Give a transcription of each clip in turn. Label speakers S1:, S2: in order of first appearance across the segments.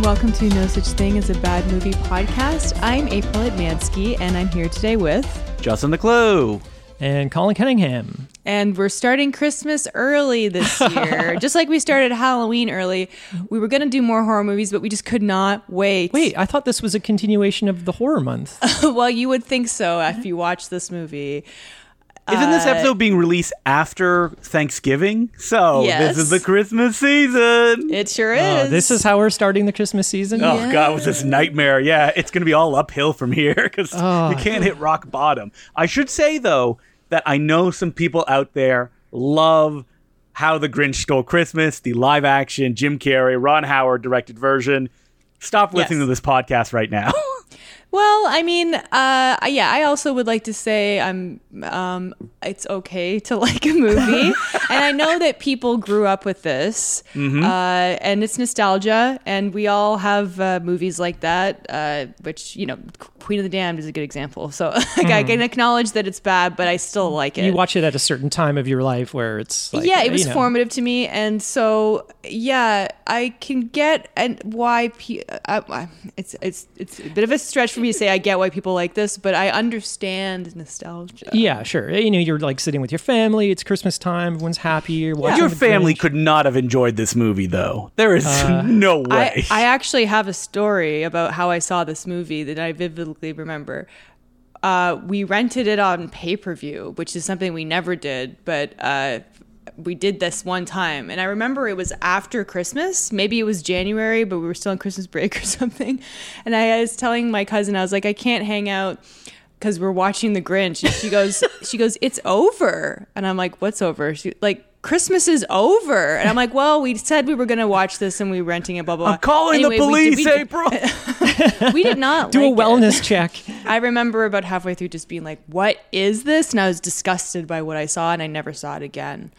S1: welcome to No Such Thing as a Bad Movie podcast. I'm April Atmansky, and I'm here today with.
S2: Justin the Clue.
S3: and Colin Cunningham.
S1: And we're starting Christmas early this year, just like we started Halloween early. We were going to do more horror movies, but we just could not wait.
S3: Wait, I thought this was a continuation of the horror month.
S1: well, you would think so if you watch this movie.
S2: Isn't
S1: Uh,
S2: this episode being released after Thanksgiving? So
S1: Yes.
S2: this is the Christmas season.
S1: It sure Oh, is.
S3: Uh, this is how we're starting the Christmas season.
S2: oh God, it was this nightmare? Yeah, it's gonna be all uphill from here because
S1: Oh.
S2: you can't hit rock bottom. I should say though that I know some people out there love How the Grinch Stole Christmas, the live action Jim Carrey, Ron Howard directed version. Stop listening
S1: Yes.
S2: to this podcast right now.
S1: Well, I mean, uh, yeah, I also would like to say I'm. Um, it's okay to like a movie, and I know that people grew up with this, uh, and it's nostalgia, and we all have uh, movies like that. Uh, which you know, Qu- Queen of the Damned is a good example. So like, I can acknowledge that it's bad, but I still like it.
S3: You watch it at a certain time of your life where it's like,
S1: yeah, it was
S3: you know,
S1: formative to me, and so yeah, I can get and why pe- I, I, it's it's it's a bit of a stretch for me to say I get why people like this, but I understand nostalgia.
S3: Yeah, sure. You know, you're like sitting with your family. It's Christmas time. Everyone's happy. You're watching
S2: Your
S3: the
S2: family
S3: Grinch.
S2: could not have enjoyed this movie though. There is no way.
S1: Uh, I, I actually have a story about how I saw this movie that I vividly remember. Uh, we rented it on pay per view, which is something we never did, but uh, we did this one time. And I remember it was after Christmas. Maybe it was January, but we were still on Christmas break or something. And I was telling my cousin, I was like, I can't hang out because we're watching The Grinch. And she goes, she goes, it's over. And I'm like, what's over? She like. Christmas is over, and I'm like, well, we said we were gonna watch this, and we were renting it. Blah blah. blah.
S2: I'm calling
S1: Anyway,
S2: the
S1: we
S2: police,
S1: did-
S2: April.
S1: We did, we did not
S3: do a
S1: like it.
S3: wellness check.
S1: I remember about halfway through just being like, "What is this?" and I was disgusted by what I saw, and I never saw it again.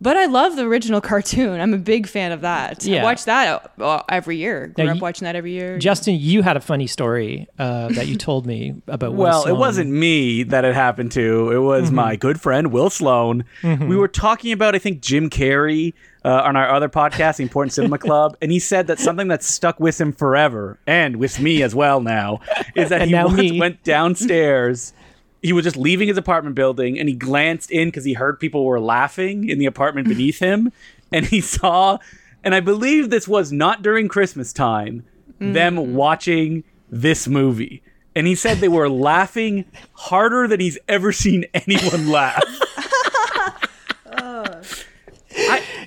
S1: But I love the original cartoon. I'm a big fan of that. I
S3: Yeah.
S1: watch that uh, every year. Grew
S3: Now,
S1: up
S3: you-
S1: watching that every year.
S3: Justin, you had a funny story uh, that you told me about. Will
S2: Well, it
S3: Sloan.
S2: wasn't me that it happened to. It was my good friend Will Sloan. We were talking about, I think, Jim Carrey uh, on our other podcast, The Important Cinema Club, and he said that something that stuck with him forever and with me as well now is that
S3: And
S2: he
S3: now
S2: once
S3: me.
S2: went downstairs. He was just leaving his apartment building and he glanced in because he heard people were laughing in the apartment beneath him. And he saw, and I believe this was not during Christmas time,
S3: Mm.
S2: them watching this movie. And he said they were laughing harder than he's ever seen anyone laugh.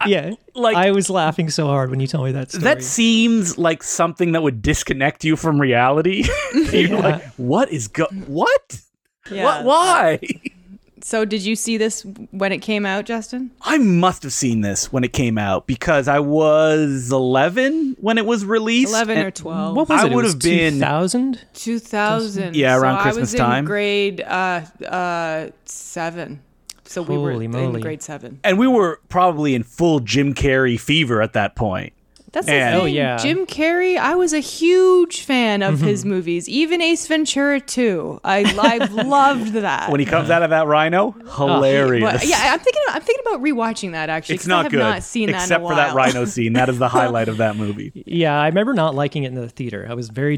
S3: Yeah,
S2: like-
S3: like I was laughing so hard when you told me that story.
S2: that seems like something that would disconnect you from reality. You're like, what is go? What?
S1: Yeah.
S2: What? Why?
S1: So, did you see this when it came out, Justin?
S2: I must have seen this when it came out because I was 11 when it was released.
S1: Eleven or
S2: and-
S1: twelve?
S3: what was
S2: I
S3: it? It
S2: would
S3: was
S2: have been-
S3: 2000?
S1: Two thousand.
S2: Yeah, around
S1: so I was
S2: Christmas
S1: in
S2: time.
S1: Grade uh, uh, seven. So we were
S3: Holy
S1: in
S3: moly.
S1: grade seven.
S2: And we were probably in full Jim Carrey fever at that point.
S1: That's the
S2: And-
S1: thing.
S2: Oh,
S3: yeah.
S1: Jim Carrey, I was a huge fan of
S2: Mm-hmm.
S1: his movies, even Ace Ventura 2. I, I loved that.
S2: When he comes out of that rhino, hilarious.
S1: But- Oh, yeah, I'm thinking. I'm thinking about rewatching that actually.
S2: it's
S1: 'cause I
S2: not
S1: have
S2: good,
S1: Not seen that in a
S2: except for that
S1: while.
S2: rhino scene. That is the highlight of that movie.
S3: Yeah, I remember not liking it in the theater. I was very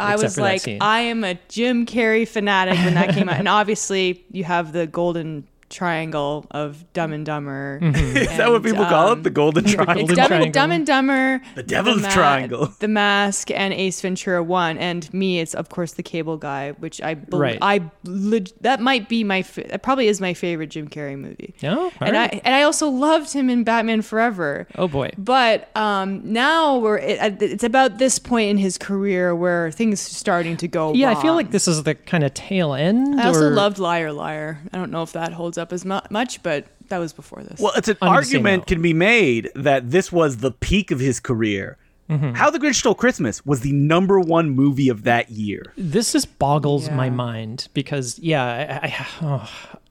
S1: I
S3: except
S1: was
S3: for
S1: like,
S3: that scene.
S1: I am a Jim Carrey fanatic when that came out, and obviously you have the golden triangle of Dumb and Dumber.
S3: Mm-hmm.
S2: Is that what people call
S1: um,
S2: it? The Golden Triangle?
S1: It's
S3: Golden
S1: Dumb, and,
S3: Triangle.
S1: Dumb and Dumber,
S2: The Devil's Triangle.
S1: The Mask, and Ace Ventura One, and me. It's of course the Cable Guy, which I bel
S3: Right.
S1: I leg- that might be my fa- that probably is my favorite Jim Carrey movie.
S3: No?
S1: and
S3: Alright.
S1: I and I also loved him in Batman Forever.
S3: Oh, boy.
S1: But um, now we're it, it's about this point in his career where things are starting to go.
S3: yeah, I feel
S1: wrong.
S3: like this is the kind of tail end.
S1: I also
S3: or-
S1: loved Liar Liar. I don't know if that holds up as mu- much, but that was before this.
S2: Well, it's an
S3: I'm gonna say
S2: argument
S3: no.
S2: can be made that this was the peak of his career. How the Grinch Stole Christmas was the number one movie of that year.
S3: This just boggles
S1: Yeah.
S3: my mind because yeah, I I, oh,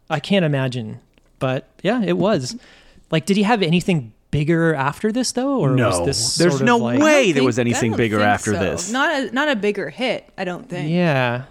S3: I can't imagine. But yeah, it was. like, did he have anything bigger after this though, or was
S2: No,
S3: this
S2: there's
S3: sort of
S2: no
S3: like-
S1: I
S2: way
S1: don't
S2: there was
S1: think- I
S2: anything
S1: don't
S2: bigger
S1: think
S2: after
S1: so.
S2: this.
S1: Not a not a bigger hit, I don't think.
S3: Yeah,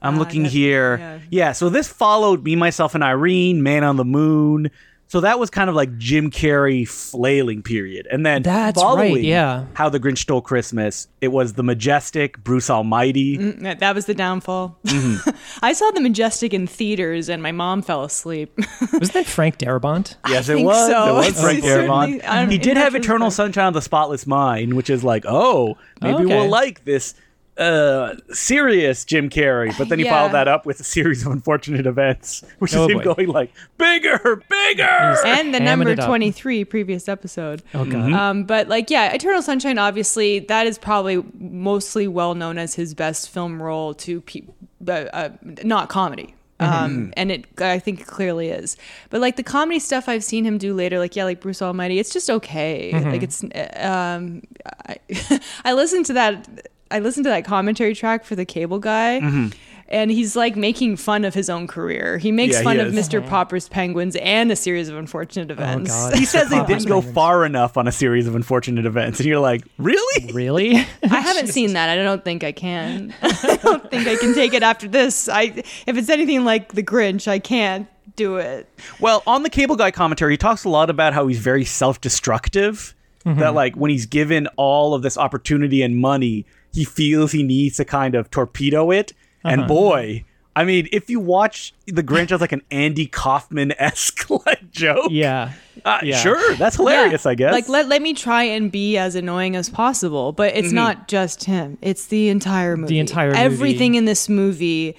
S2: I'm looking
S1: that-
S2: here.
S1: yeah.
S2: Yeah. so this followed Me, Myself, and Irene, Man on the Moon, So that was kind of like Jim Carrey flailing period. And then
S3: That's
S2: following
S3: right, yeah.
S2: How the Grinch Stole Christmas, it was the majestic Bruce Almighty.
S1: That that was the downfall.
S2: Mm-hmm.
S1: I saw The Majestic in theaters and my mom fell asleep.
S3: Wasn't that Frank Darabont?
S2: Yes,
S1: I
S2: it
S1: think
S2: was.
S1: so.
S2: It was Frank
S1: It certainly-
S2: Darabont.
S1: I'm-
S2: He did
S1: it
S2: have
S1: actually
S2: Eternal
S1: was.
S2: Sunshine of the Spotless Mind, which is like, oh, maybe
S3: Okay.
S2: we'll like this uh serious Jim Carrey. But then he
S1: Yeah.
S2: followed that up with a series of unfortunate events, which
S3: Oh,
S2: is him
S3: boy.
S2: going like, bigger, bigger.
S1: and the
S3: Hamming
S1: number
S3: it up.
S1: 23 previous episode
S3: Oh, God.
S2: Mm-hmm.
S1: um, but like yeah eternal sunshine obviously that is probably mostly well known as his best film role to pe- uh, uh, not comedy
S2: Mm-hmm.
S1: um, and it i think it clearly is but like the comedy stuff i've seen him do later like yeah like bruce almighty it's just okay
S2: Mm-hmm.
S1: like it's uh, um, I, I listened to that i listened to that commentary track for the cable guy
S2: Mm-hmm.
S1: And he's like making fun of his own career. He makes
S2: Yeah, he
S1: fun of
S2: is.
S1: Mr. Popper's Penguins and a series of unfortunate events.
S3: God.
S2: He says they
S3: Popper's
S2: didn't go
S3: Penguins.
S2: far enough on a series of unfortunate events, and you're like, really?
S3: Really?
S1: I haven't seen that. I don't think I can. I don't think I can take it after this. I if it's anything like The Grinch, I can't do it.
S2: Well, on the Cable Guy commentary, he talks a lot about how he's very self destructive.
S1: Mm-hmm.
S2: That, like, when he's given all of this opportunity and money, he feels he needs to kind of torpedo it.
S1: Uh-huh.
S2: And boy, I mean, if you watch The Grinch as like an Andy Kaufman esque like joke,
S3: yeah.
S2: uh,
S3: yeah.
S2: sure, that's hilarious,
S1: Yeah.
S2: I guess.
S1: Like let let me try and be as annoying as possible, but it's not just him. It's the entire movie.
S3: entire movie.
S1: everything in this movie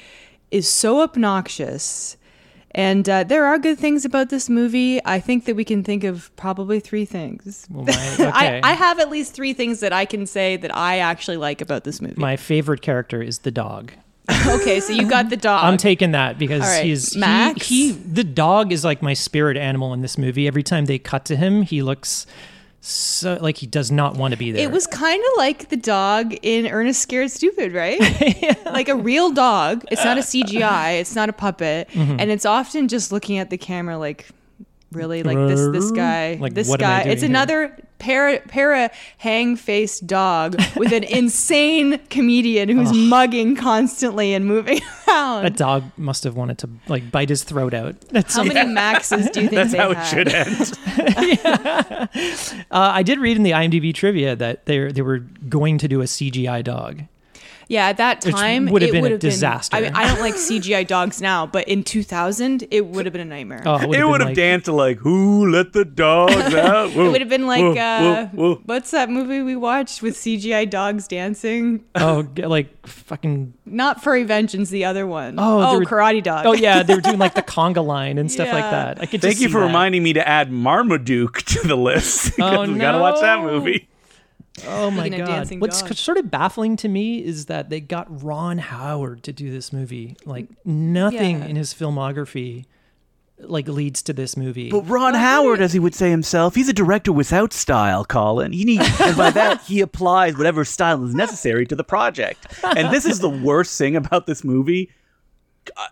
S1: is so obnoxious. And uh, there are good things about this movie. I think that we can think of probably three things.
S3: Well, my, okay.
S1: I, I have at least three things that I can say that I actually like about this movie.
S3: my favorite character is the dog.
S1: okay, so you got the dog.
S3: I'm taking that because
S1: All right,
S3: he's he-
S1: Max?
S3: He, the dog is like my spirit animal in this movie. Every time they cut to him, he looks so like he does not want to be there.
S1: It was kind of like the dog in Ernest Scared Stupid, right? Like a real dog. It's not a CGI. It's not a puppet,
S3: Mm-hmm.
S1: and it's often just looking at the camera, like really, like this this guy,
S3: Like,
S1: this
S3: what am I
S1: guy. It's
S3: doing here?
S1: another para para hang faced dog with an insane comedian who's mugging constantly and moving around.
S3: that dog must have wanted to like bite his throat out. That's
S1: How many maxes do you think
S2: that's
S1: they
S2: how it
S1: had?
S2: should end.
S3: Uh, I did read in the IMDb trivia that they they were going to do a CGI dog.
S1: Yeah, at that
S3: Which
S1: time
S3: would have
S1: it
S3: been a
S1: would have
S3: disaster.
S1: I mean, I don't like CGI dogs now, but in 2000, it would have been a nightmare.
S3: Oh, it would
S2: it
S3: have
S2: would
S3: been
S2: have
S3: like,
S2: danced to like, who let the dogs out?
S1: It would have been like, uh,
S2: whoa.
S1: what's that movie we watched with CGI dogs dancing?
S3: oh, g- like fucking
S1: Not Furry Vengeance, the other one.
S3: Oh,
S1: Oh,
S3: there were-
S1: Karate Dog.
S3: oh yeah, they were doing like the conga line and stuff like
S1: Yeah.
S3: that. I could just
S2: Thank you
S3: see
S2: for
S3: that.
S2: reminding me to add Marmaduke to the list.
S3: Oh,
S2: we gotta watch that
S3: no.
S2: movie.
S3: Oh my
S1: Speaking of
S3: god!
S1: dancing
S3: What's
S1: dogs.
S3: sort of baffling to me is that they got Ron Howard to do this movie. Like nothing
S1: Mm, Yeah.
S3: in his filmography like leads to this movie.
S2: But Ron Howard, as he would say himself, he's a director without style, Colin. He needs, and by that, he applies whatever style is necessary to the project. And this is the worst thing about this movie. Uh,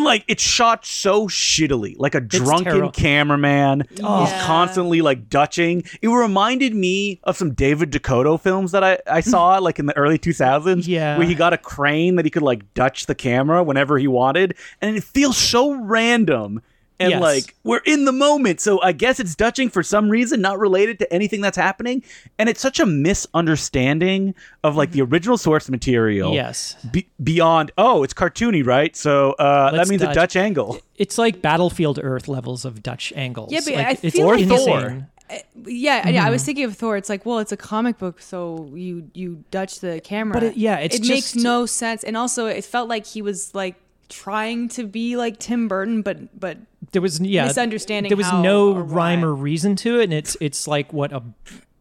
S2: Like it's shot so shittily, like a drunken
S3: terrible.
S2: cameraman
S1: Oh.
S2: who's constantly like dutching. It reminded me of some David Dakota films that I, I saw like in the early 2000s,
S3: Yeah.
S2: where he got a crane that he could like dutch the camera whenever he wanted, and it feels so random and
S3: Yes.
S2: like we're in the moment so i guess it's dutching for some reason not related to anything that's happening and it's such a misunderstanding of like the original source material
S3: Mm-hmm. yes,
S2: be- beyond oh it's cartoony right so uh, that
S3: Let's
S2: means a
S3: dutch.
S2: dutch angle
S3: it's like Battlefield Earth levels of Dutch angles.
S1: Yeah, but
S3: Like,
S1: I
S3: it's
S1: feel like-
S2: Or
S3: insane.
S2: Thor.
S1: Yeah, yeah. I
S3: Mm-hmm.
S1: was thinking of Thor. It's like, well, it's a comic book, so you you dutch the camera.
S3: But it- yeah, it's
S1: it makes
S3: just-
S1: no sense. And also, it felt like he was like trying to be like Tim Burton, but but
S3: There was yeah
S1: Misunderstanding
S3: There was
S1: how
S3: no
S1: or
S3: rhyme
S1: why.
S3: or reason to it, and it's it's like what a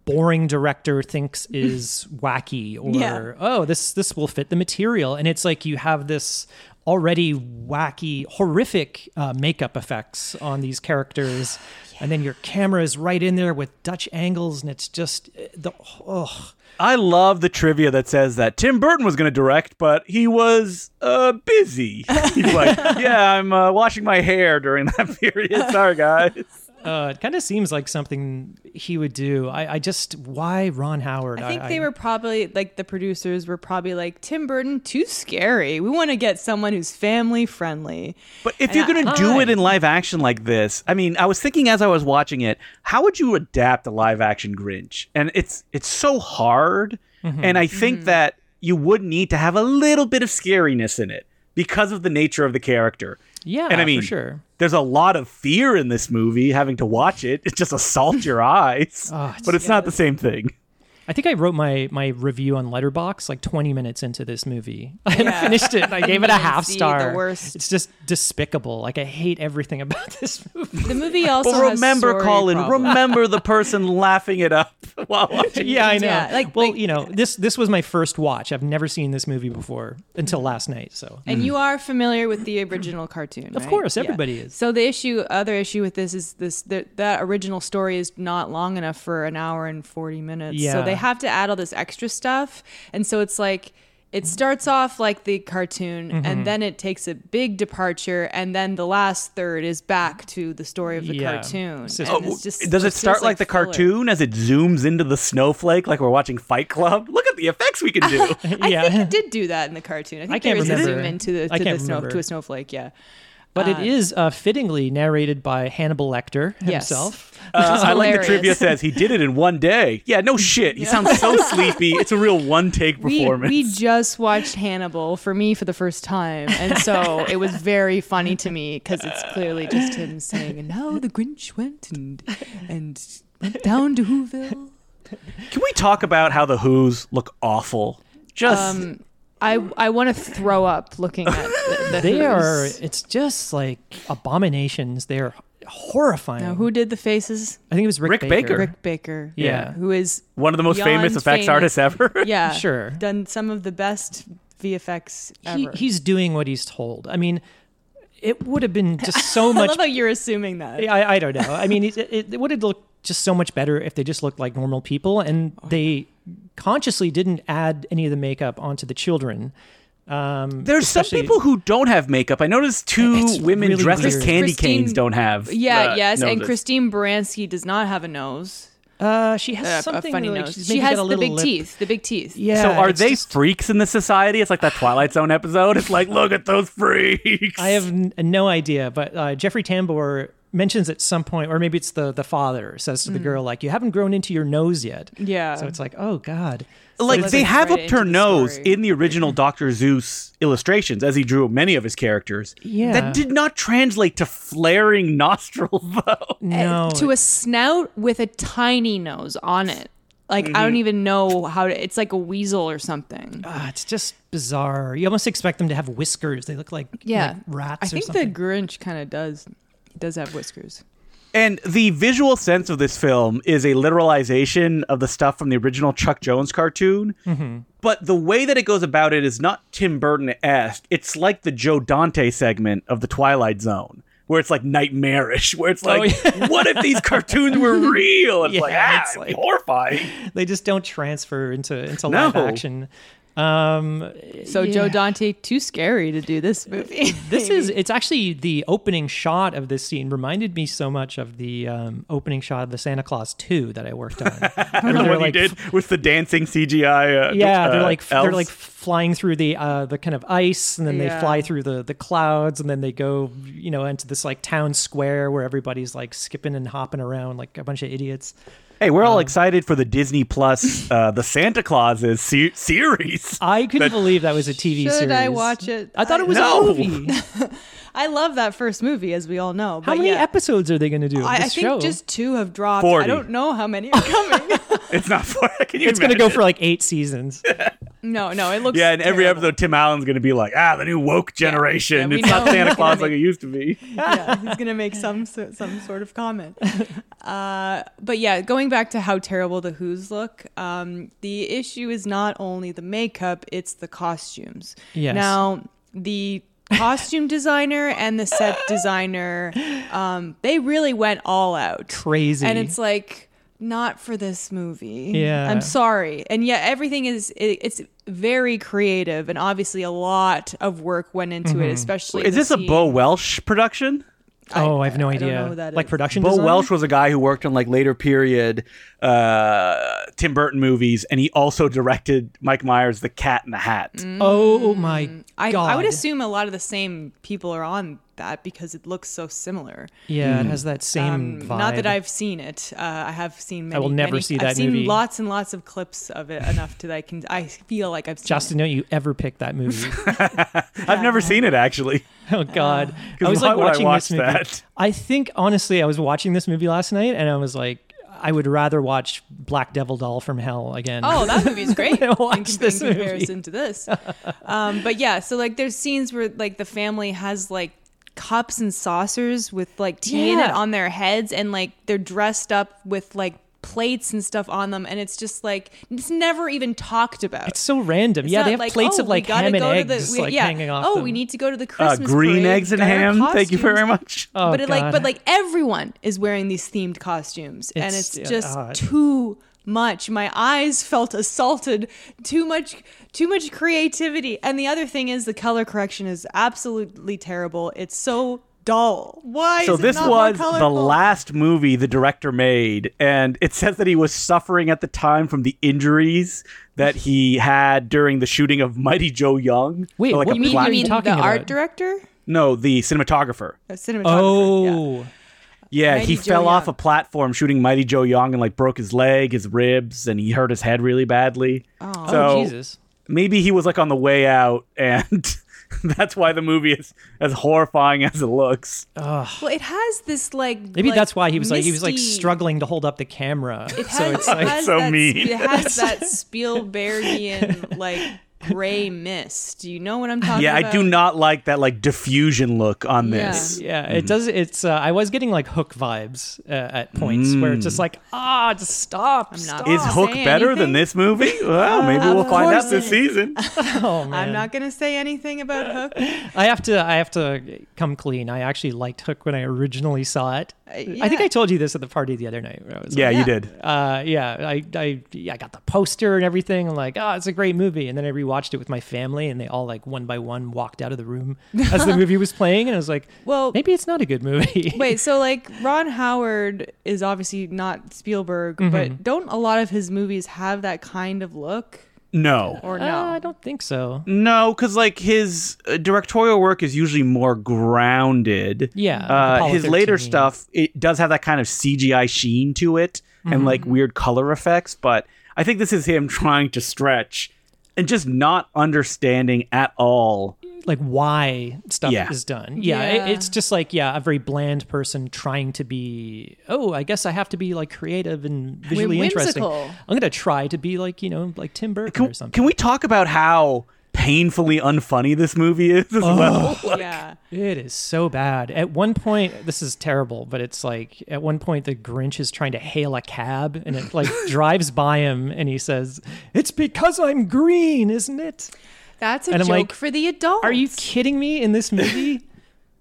S3: boring director thinks is wacky or
S1: Yeah.
S3: oh this this will fit the material, and it's like you have this already wacky horrific uh, makeup effects on these characters, and then your camera is right in there with Dutch angles, and it's just uh, the oh
S2: i love the trivia that says that tim burton was going to direct but he was uh, busy he's like yeah i'm uh, washing my hair during that period sorry guys
S3: Uh, it kind of seems like something he would do. I, I just why Ron Howard?
S1: I think they were probably like the producers were probably like Tim Burton too scary. We want to get someone who's family friendly.
S2: But if you're going to do it in live action like this, I mean, I was thinking as I was watching it, how would you adapt a live action Grinch? And it's it's so hard, and I think
S1: Mm-hmm.
S2: that you would need to have a little bit of scariness in it because of the nature of the character.
S3: Yeah,
S2: and I
S3: for
S2: mean,
S3: sure.
S2: There's a lot of fear in this movie. Having to watch it, it just assaults your eyes.
S3: Ah,
S2: but Oh, it's not the same thing.
S3: I think I wrote my my review on Letterbox like 20 minutes into this movie. And I
S1: Yeah.
S3: finished it and I gave it a
S1: didn't
S3: half
S1: see the
S3: star.
S1: worst.
S3: It's just despicable. Like I hate everything about this movie.
S1: The movie also
S2: But
S1: has
S2: remember,
S1: story
S2: Colin,
S1: problems.
S2: remember the person laughing it up while watching.
S3: yeah, I know.
S1: Yeah, like-
S3: well,
S1: like-
S3: you know, this this was my first watch. I've never seen this movie before
S1: Mm-hmm.
S3: until last night, so.
S1: And you are familiar with the original cartoon,
S3: Mm. Of
S1: right?
S3: course, everybody is.
S1: So the issue, other issue with this is this: that, that original story is not long enough for an hour and forty minutes.
S3: Yeah.
S1: So they have to add all this extra stuff, and so it's like it starts off like the cartoon,
S3: Mm-hmm.
S1: and then it takes a big departure, and then the last third is back to the story of the
S3: Yeah.
S1: cartoon.
S3: So-
S1: and it's just-
S2: Does it
S1: feels
S2: start like, the
S1: filler.
S2: cartoon as it zooms into the snowflake like we're watching Fight Club? Look at the effects we can do. Uh,
S1: I
S3: yeah.
S1: think it did do that in the cartoon. I think
S3: can't
S1: there is a
S3: remember.
S1: zoom into the
S3: I
S1: to the
S3: can't
S1: snow,
S3: remember.
S1: to a snowflake. Yeah.
S3: But it is uh, fittingly narrated by Hannibal Lecter
S1: Yes.
S3: himself.
S2: Uh, I like the
S1: hilarious.
S2: trivia says he did it in one day. Yeah, no shit. He sounds so sleepy. It's a real one take
S1: we,
S2: performance.
S1: we just watched Hannibal for me for the first time, and so it was very funny to me because it's clearly just him saying, "And now the Grinch went and and went down to Whoville."
S2: can we talk about how the Who's look awful? Just
S1: Um, I I want to throw up looking at the, the
S3: They are
S1: Who's.
S3: it's just like abominations. They're horrifying.
S1: Now, who did the faces?
S3: I think it was Rick,
S2: Rick Baker.
S1: Rick Baker.
S3: Yeah.
S1: who is
S2: one of the most famous
S1: Beyond
S2: effects
S1: famous.
S2: artists ever.
S1: yeah
S3: Sure.
S1: done some of the best VFX
S3: he,
S1: ever.
S3: he's doing what he's told. I mean, it would have been just so
S1: I
S3: much.
S1: love how you're assuming that.
S3: I, I don't know. I mean, it, it, it would have looked just so much better if they just looked like normal people and
S1: Oh,
S3: they consciously didn't add any of the makeup onto the children. Um,
S2: There's some
S3: especially-
S2: people who don't have makeup. I noticed
S3: It's
S2: two women
S3: really
S2: dressed as
S3: weird.
S2: candy
S1: Christine-
S2: canes don't have.
S1: Yeah,
S2: uh,
S1: yes, and
S2: noses.
S1: Christine Baranski does not have a nose.
S3: Uh, she has
S1: a- a
S3: something
S1: funny
S3: like,
S1: nose.
S3: she's
S1: She
S3: maybe got
S1: has
S3: a
S1: the
S3: little
S1: big
S3: lip.
S1: teeth. The big teeth.
S3: Yeah.
S2: So are
S3: it's
S2: they
S3: just-
S2: freaks in the society? It's like that Twilight Zone episode. It's like, look at those freaks.
S3: I have n- no idea, but uh, Jeffrey Tambor mentions at some point, or maybe it's the the father says to the girl, like, "You haven't grown into your nose yet."
S1: Mm. Yeah.
S3: So it's like, oh god.
S2: like
S1: let's
S2: they
S1: get
S2: have
S1: right
S2: upped
S1: into
S2: her
S1: the
S2: nose
S1: story.
S2: in the original Doctor Zeus illustrations as he drew many of his characters.
S3: Yeah.
S2: that did not translate to flaring nostril though.
S3: No.
S1: to a snout with a tiny nose on it. Like I
S3: Mm-hmm.
S1: don't even know how to. It's like a weasel or something.
S3: Ah, it's just bizarre. You almost expect them to have whiskers. They look like
S1: Yeah,
S3: like rats.
S1: I
S3: or
S1: think the
S3: something.
S1: Grinch kind of does does have whiskers.
S2: And the visual sense of this film is a literalization of the stuff from the original Chuck Jones cartoon. But the way that it goes about it is not Tim Burton esque. It's like the Joe Dante segment of The Twilight Zone, where it's like nightmarish, where it's like, what if these cartoons were real? And it's like,
S3: Yeah,
S2: ah,
S3: it's
S2: it's
S3: like-
S2: horrifying.
S3: they just don't transfer into into
S2: No.
S3: live action. Um,
S1: So
S3: yeah.
S1: Joe Dante too scary to do this movie.
S3: This is it's actually the opening shot of this scene reminded me so much of the um, opening shot of the Santa Claus 2 that I worked on.
S2: The
S3: Where they're
S2: one
S3: like
S2: you did with the dancing CGI. Uh,
S3: Yeah, they're
S2: uh,
S3: like they're
S2: elves.
S3: like flying through the uh, the kind of ice, and then they
S1: Yeah.
S3: fly through the the clouds, and then they go you know into this like town square where everybody's like skipping and hopping around like a bunch of idiots.
S2: Hey, we're all excited for the Disney Plus, uh, the Santa Clauses se- series.
S3: I couldn't believe that was a TV
S1: Should
S3: series.
S1: I watch it?
S3: I thought it was
S2: No.
S3: a movie.
S1: I love that first movie, as we all know.
S3: How
S1: but
S3: many
S1: yeah.
S3: episodes are they going to do? of
S1: I, I
S3: this
S1: think
S3: show?
S1: just two have dropped.
S2: 40.
S1: I don't know how many are coming.
S2: It's not for. Can you
S3: it's going to go
S2: imagine?
S3: for like eight seasons.
S1: no, no, it looks
S2: Yeah, in every
S1: terrible.
S2: episode, Tim Allen's going to be like, ah, the new woke generation.
S1: we
S2: it's not
S1: know.
S2: Santa Claus
S1: Gonna
S2: like it
S1: make-
S2: used to be.
S1: yeah, he's gonna make some so- some sort of comment. Uh, but yeah, going back to how terrible the Who's look, um, the issue is not only the makeup; it's the costumes.
S3: Yes.
S1: Now the costume designer and the set designer, um, they really went all out.
S3: Crazy.
S1: And it's like not for this movie.
S3: Yeah.
S1: I'm sorry. And yet everything is it, it's very creative
S3: Mm-hmm.
S1: and obviously a lot of work went into it especially
S2: Is
S1: the
S2: this a
S1: scene-
S2: Bo Welsh production?
S3: oh, I have no
S1: I don't
S3: idea.
S1: know who that
S3: like
S1: is.
S3: production
S2: Bo
S3: design.
S2: Welsh was a guy who worked on like later period uh, Tim Burton movies, and he also directed Mike Myers' The Cat in the Hat.
S3: Oh my
S1: Mm, I,
S3: god!
S1: I would assume a lot of the same people are on that because it looks so similar.
S3: Yeah,
S2: Mm.
S3: it has that same
S1: Um,
S3: vibe.
S1: Not that I've seen it. Uh, I have seen. Many,
S3: will never
S1: many-
S3: see
S1: I've
S3: that
S1: seen
S3: movie.
S1: lots and lots of clips of it enough to that I can. I feel like I've seen.
S3: Justin, don't you ever pick that movie?
S2: I've never seen it actually.
S3: Oh God! I
S1: Uh,
S2: 'Cause
S3: was
S2: why
S3: like
S2: would I
S3: watching
S2: watch
S3: this movie.
S2: that?
S3: I think honestly, I was watching this movie last night, and I was like, I would rather watch Black Devil Doll from Hell again.
S1: Oh, that movie's great.
S3: I
S1: in,
S3: watched
S1: com-
S3: this
S1: in
S3: movie.
S1: comparison to this. Um, but yeah, so like there's scenes where like the family has like cups and saucers with like tea in it
S3: Yeah.
S1: on their heads and like they're dressed up with like plates and stuff on them and it's just like it's never even talked about.
S3: it's so random. yeah,
S1: not
S3: they have plates
S1: oh,
S3: of
S1: we
S3: like
S1: gotta
S3: ham and
S1: go to
S3: eggs
S1: the, we-
S3: like
S1: yeah.
S3: hanging off.
S1: Oh,
S3: them.
S1: we need to go to the
S2: Uh,
S1: Christmas
S2: green
S1: parade.
S2: eggs and
S1: Got our
S2: ham. Thank you very
S1: costumes.
S2: much.
S3: Oh,
S1: but it, like,
S3: God.
S1: but like everyone is wearing these themed costumes, and
S3: It's-
S1: it's
S3: yeah,
S1: just
S3: uh,
S1: too much. My eyes felt assaulted. Too much, too much creativity. And the other thing is the color correction is absolutely terrible. It's so dull. Why?
S2: so
S1: is
S2: this
S1: it not more
S2: was the
S1: colorful?
S2: last movie the director made and it says that he was suffering at the time from the injuries that he had during the shooting of mighty joe young
S3: Wait,
S2: Or like
S3: what
S2: a
S1: You mean,
S3: What
S1: you
S3: are
S2: plat-
S3: you
S1: mean the
S3: talking
S1: art
S3: about?
S1: director,
S2: no the cinematographer
S1: A cinematographer? yeah.
S3: Oh,
S2: yeah
S1: Mighty
S2: he
S1: Joe
S2: fell off
S1: Young.
S2: a platform shooting mighty joe young and like broke his leg his ribs and he hurt his head really badly oh,
S3: oh Jesus!
S2: maybe he was like on the way out and that's why the movie is as horrifying as it looks
S1: Well, it has this like
S3: Maybe
S1: like,
S3: that's why he was like he was like
S1: misty-
S3: struggling to hold up the camera.
S1: It has,
S3: so it's like
S1: it has
S2: so
S1: that,
S2: mean.
S1: It has that Spielbergian like gray mist. Do you know what I'm talking
S2: yeah
S1: about?
S2: i do not like that like diffusion look on
S1: Yeah.
S2: this
S3: Yeah, it does. It's. Uh, I was getting like hook vibes uh, at points where it's just like, ah, just stop. I'm
S1: not-
S3: stop.
S2: Mm. Is
S1: Aw,
S2: Hook
S1: say
S2: better
S1: anything?
S2: than this movie? Well, maybe we'll find
S1: course
S2: out this
S1: it
S2: season.
S3: Oh, man.
S1: I'm not gonna say anything about Hook.
S3: I have to. I have to come clean. I actually liked Hook when I originally saw it. I think
S1: Uh, yeah.
S3: I told you this at the party the other night. where I was
S2: yeah,
S3: like,
S2: you did.
S3: uh, yeah. I, I, yeah, I got the poster and everything. I'm like, oh, it's a great movie. And then I rewatched it with my family, and they all like one by one walked out of the room as the movie was playing, and I was like,
S1: Well-
S3: maybe it's not a good movie.
S1: Wait, so like Ron Howard is obviously not Spielberg,
S2: Mm-hmm.
S1: but don't a lot of his movies have that kind of look
S2: No,
S1: or
S3: Uh,
S1: no?
S3: I don't think so.
S2: no, because like his uh, directorial work is usually more grounded.
S3: Yeah, like
S2: uh,
S3: Apollo
S2: his later
S3: 13.
S2: stuff it does have that kind of CGI sheen to it and like weird color effects. But I think this is him trying to stretch and just not understanding at all.
S3: like why stuff
S2: Yeah.
S3: is done. Yeah, it-
S1: Yeah.
S3: it's just like yeah, a very bland person trying to be. Oh, I guess I have to be like creative and visually interesting.
S1: whimsical.
S3: I'm gonna try to be like you know like Tim Burton
S2: Can,
S3: or something.
S2: can we talk about how painfully unfunny this movie is as well?
S1: yeah.
S3: It is so bad. At one point, this is terrible, but it's like at one point the Grinch is trying to hail a cab and it like drives by him and he says, "It's because I'm green, isn't it?"
S1: That's a
S3: And I'm
S1: joke
S3: like,
S1: for the adults.
S3: Are you kidding me? In this movie,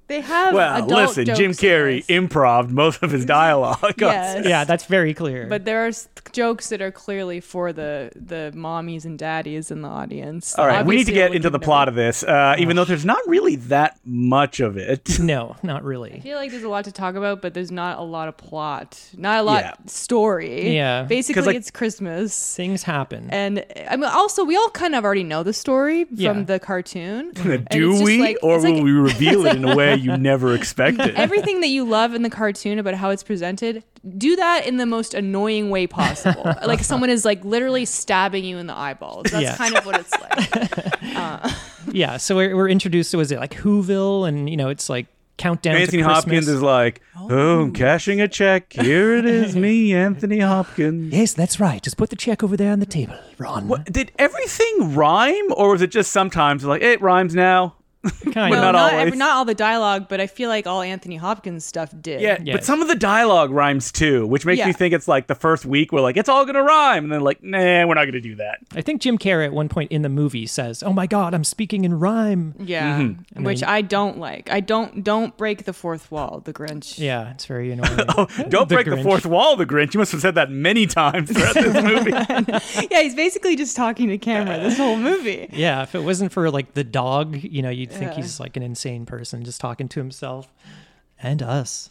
S1: They have
S2: Well,
S1: adult
S2: listen, Jim
S1: jokes in
S2: Carrey
S1: this.
S2: improved most of his dialogue.
S1: Yes.
S3: yeah, that's very clear.
S1: But there are s- jokes that are clearly for the the mommies and daddies in the audience.
S2: All right, we need to
S1: Obviously,
S2: get
S1: I
S2: into the
S1: wouldn't
S2: plot
S1: know.
S2: of this, uh,
S1: Oh,
S2: even though there's not really that much of it.
S3: no, not really.
S1: I feel like there's a lot to talk about, but there's not a lot of plot, not a lot
S2: Yeah.
S1: story.
S3: Yeah. 'Cause,
S1: basically
S2: like-
S1: it's Christmas,
S3: Things happen.
S1: and I mean, also we all kind of already know the story from
S3: Yeah.
S1: the cartoon. And it's
S2: Do
S1: just
S2: we,
S1: like-
S2: or
S1: it's
S2: will
S1: like
S2: we reveal it in a way you never expected?
S1: Everything that you love in the cartoon about how it's presented, do that in the most annoying way possible. like someone is like literally stabbing you in the eyeballs. That's
S3: Yeah.
S1: kind of what it's like.
S3: Yeah, so we're, we're introduced to was it like Whoville, and you know it's like countdown
S2: Anthony
S3: to Christmas.
S2: Hopkins is like, oh, I'm cashing a check. Here it is, me, Anthony Hopkins.
S3: yes, that's right. Just put the check over there on the table, Ron.
S2: Did everything rhyme, or was it just sometimes like it rhymes now?
S3: Kind
S1: No,
S2: Well, not
S1: not,
S2: always.
S1: every, not all the dialogue, but I feel like all Anthony Hopkins stuff did.
S2: Yeah,
S3: Yes.
S2: but some of the dialogue rhymes too, which makes
S1: Yeah.
S2: me think it's like the first week we're like, it's all gonna rhyme, and then like, nah, we're not gonna do that.
S3: I think Jim Carrey at one point in the movie says, "Oh my God, I'm speaking in rhyme."
S1: Yeah, which I don't like. I don't don't break the fourth wall, the Grinch.
S3: Yeah, it's very annoying.
S2: Don't
S3: Oh, The
S2: break
S3: Grinch.
S2: the fourth wall, the Grinch. You must have said that many times throughout this movie.
S1: Yeah, he's basically just talking to camera this whole movie.
S3: Yeah, if it wasn't for like the dog, you know, you'd think he's like an insane person just talking to himself. and us.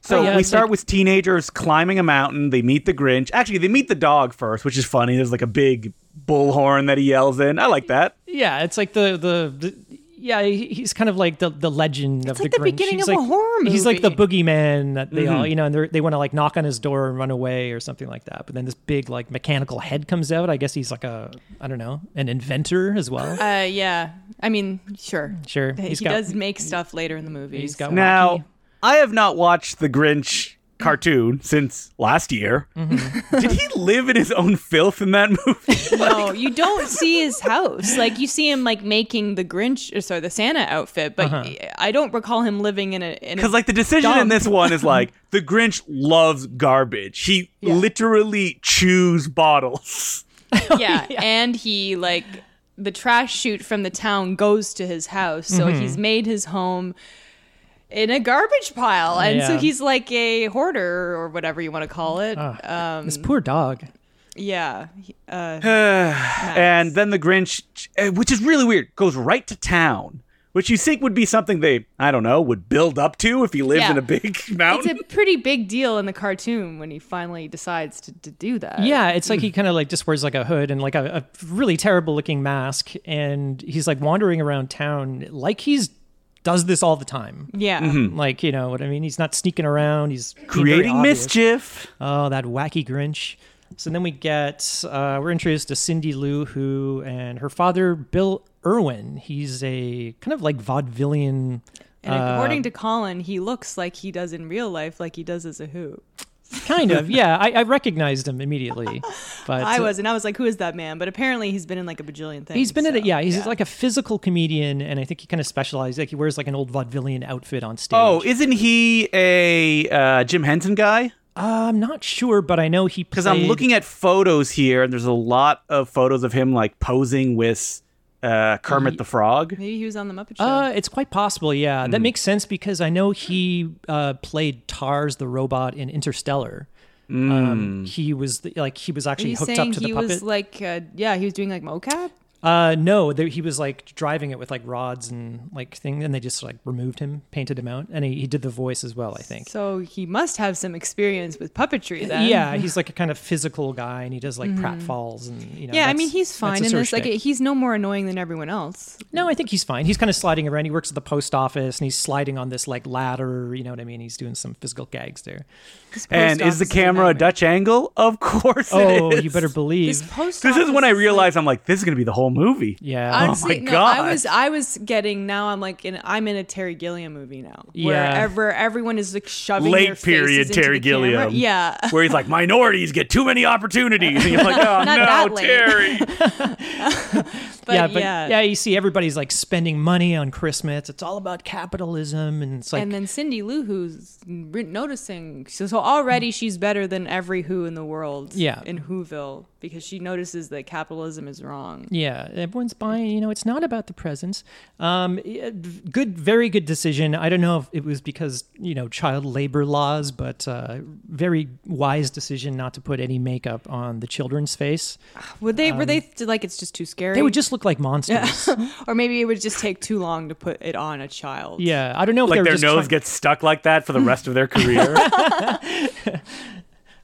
S2: So
S3: Oh, yeah,
S2: we
S3: it's
S2: start
S3: like-
S2: with teenagers climbing a mountain. They meet the Grinch. Actually, they meet the dog first, which is funny. There's like a big bullhorn that he yells in. I like that.
S3: Yeah, it's like the the. the yeah, he- he's kind of like the, the legend of
S1: like
S3: the
S1: the
S3: Grinch.
S1: beginning
S3: he's
S1: of a
S3: like-
S1: horror
S3: He's like the
S1: movie.
S3: boogeyman that they all, you know, and they're- they want to like knock on his door and run away or something like that. But then this big like mechanical head comes out. I guess he's like a, I don't know, an inventor as well.
S1: Uh, yeah. I mean, sure.
S3: Sure,
S1: He
S3: he's got-
S1: does make stuff later in the movie.
S3: He's got
S1: so-
S2: Now, I have not watched the Grinch cartoon since last year.
S3: Mm-hmm.
S2: Did he live in his own filth in that movie?
S1: no, you don't see his house. Like you see him like making the Grinch, or sorry, the Santa outfit, but
S3: Uh-huh.
S1: I don't recall him living in a in a
S2: Because like the decision in
S1: dump.
S2: this one is like the Grinch loves garbage. He literally chews bottles.
S1: yeah. and he like the trash chute from the town goes to his house so
S3: Mm-hmm.
S1: he's made his home in a garbage pile and so
S3: Yeah. Ah.
S1: he's like a hoarder or whatever you want to call it um
S3: this poor dog.
S1: yeah He- uh
S2: And then the Grinch, uh, which is really weird, goes right to town, which you think would be something they, I don't know, would build up to if he lived
S1: Yeah.
S2: in a big
S1: it's
S2: mountain.
S1: a pretty big deal in the cartoon when he finally decides to, to do that
S3: Yeah, it's
S2: Mm.
S3: like he kind of like just wears like a hood and like a, a really terrible looking mask, and he's like wandering around town like he's does this all the time.
S1: yeah
S3: Like you know what I mean? He's not sneaking around. He's being very
S2: Mm. Creating
S3: obvious.
S2: mischief.
S3: Oh, that wacky Grinch. So then we get uh, we're introduced to Cindy Lou Who and her father Bill Irwin. He's a kind of like vaudevillian.
S1: and
S3: Uh,
S1: according to colin he looks like he does in real life like he does as a who
S3: Kind of, yeah. I, I recognized him immediately, but
S1: i was and i was like who is that man but apparently he's been in like a bajillion things
S3: He's been in
S1: so,
S3: it, yeah. He's like a physical comedian, and I think he kind of specialized. Like he wears like an old vaudevillian outfit on stage.
S2: Oh, isn't he a uh, Jim Henson guy?
S3: Uh, I'm not sure, but I know he
S2: Because I'm looking at photos here, and there's a lot of photos of him like posing with uh, Kermit the Frog.
S1: maybe he was on the muppet show
S3: Uh, it's quite possible, yeah.
S2: Hmm.
S3: That makes sense because I know he uh, played Tars the robot in Interstellar.
S2: Hmm.
S3: Um, he was the, like he was
S1: Are
S3: actually
S1: you
S3: hooked
S1: saying
S3: up to
S1: he
S3: the puppet.
S1: was like, uh, yeah, he was doing like mocap?
S3: uh, no, there, he was like driving it with like rods and like thing, and they just like removed him, painted him out, and he, he did the voice as well. I think.
S1: So he must have some experience with
S2: Uh,
S1: puppetry then. Mm-hmm.
S3: Yeah, he's like a kind of physical guy, and he does like pratfalls and you know.
S1: Yeah, I
S3: that's-
S1: mean, he's
S3: that's
S1: fine
S3: his
S1: in
S3: sort of
S1: this. Like,
S3: shtick.
S1: he's no more annoying than everyone else.
S3: no, I think he's fine. He's kind of sliding around. He works at the post office, and he's sliding on this like ladder. You know what I mean? He's doing some physical gags there.
S1: This post
S2: And is the
S1: office a
S2: camera a
S1: nightmare.
S2: Dutch angle? Of course
S3: Oh,
S2: it is.
S3: you better
S1: This
S3: believe.
S1: post
S2: This is when
S1: office
S2: I
S1: like-
S2: realized I'm like, this is gonna be the whole movie.
S3: yeah.
S1: Honestly,
S2: my
S1: no, I
S2: God.
S1: was I was getting now. I'm like, in, I'm in a Terry Gilliam movie now.
S3: Yeah.
S1: Wherever everyone is like shoving their
S2: Late
S1: faces
S2: period
S1: into
S2: Terry
S1: the camera.
S2: Gilliam.
S1: Yeah.
S2: Where he's like, minorities get too many opportunities. And you're like, oh
S1: that
S2: no,
S1: late.
S2: Terry.
S1: But
S3: yeah, but
S1: yeah.
S3: yeah, you see everybody's like spending money on Christmas. It's all about capitalism, and it's like
S1: and then Cindy Lou Who's re- noticing. So, so already she's better than every Who in the world.
S3: Yeah.
S1: In Whoville because she notices that capitalism is wrong.
S3: Yeah, everyone's buying. You know, it's not about the presents. Um, yeah, v- good, very good decision. I don't know if it was because you know child labor laws, but uh, very wise decision not to put any makeup on the children's face.
S1: Would they? were they like it's just too scary?
S3: Um, They would just look like monsters. Yeah,
S1: or maybe it would just take too long to put it on a child.
S3: I don't know if they
S2: Like
S3: were
S2: their
S3: just
S2: nose
S3: trying-
S2: gets stuck like that for the rest of their career.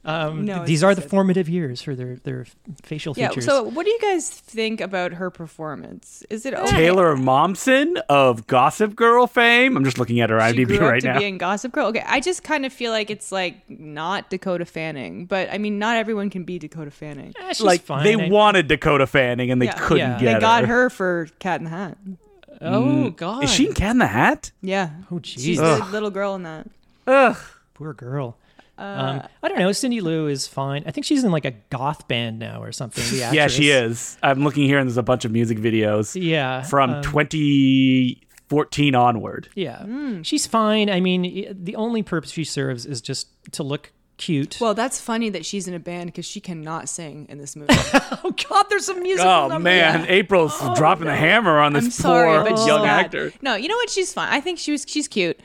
S1: no,
S3: These
S1: it's
S3: are the
S1: just-
S3: formative years for their their facial
S1: Yeah.
S3: features.
S1: So, what do you guys think about her performance? Is it okay?
S2: Taylor Momsen of Gossip Girl fame. I'm just looking at her
S1: She
S2: IMDb
S1: grew up
S2: right
S1: to
S2: now.
S1: be in Gossip Girl. Okay, I just kind of feel like it's like not Dakota Fanning, but I mean, not everyone can be Dakota Fanning.
S3: Eh, she's
S2: like
S3: fine.
S2: they
S3: I-
S2: wanted Dakota Fanning and they
S1: Yeah.
S2: couldn't
S3: Yeah.
S2: get
S1: they got
S2: her.
S1: her for Cat in the Hat. Mm.
S3: Oh God,
S2: Is she in Cat in the Hat?
S1: Yeah.
S3: Oh,
S1: She's
S3: jeez.
S1: the little girl in that.
S2: Ugh.
S3: Poor girl.
S1: Uh,
S3: um, I don't know. Cindy Lou is fine. I think she's in like a goth band now or something. the
S2: Yeah, she
S3: actress.
S2: is. I'm looking here and there's a bunch of music videos
S3: Yeah.
S2: from
S3: um,
S2: 2014 onward.
S3: Yeah. She's fine. I mean, i- the only purpose she serves is just to look cute.
S1: Well, that's funny that she's in a band because she cannot sing in this movie.
S3: oh God, there's some music.
S2: Oh man, April's dropping the hammer on this
S1: Oh, I'm
S2: poor
S1: sorry, but she's
S2: young
S1: bad.
S2: actor.
S1: No, you know what? She's fine. I think she was. She's cute.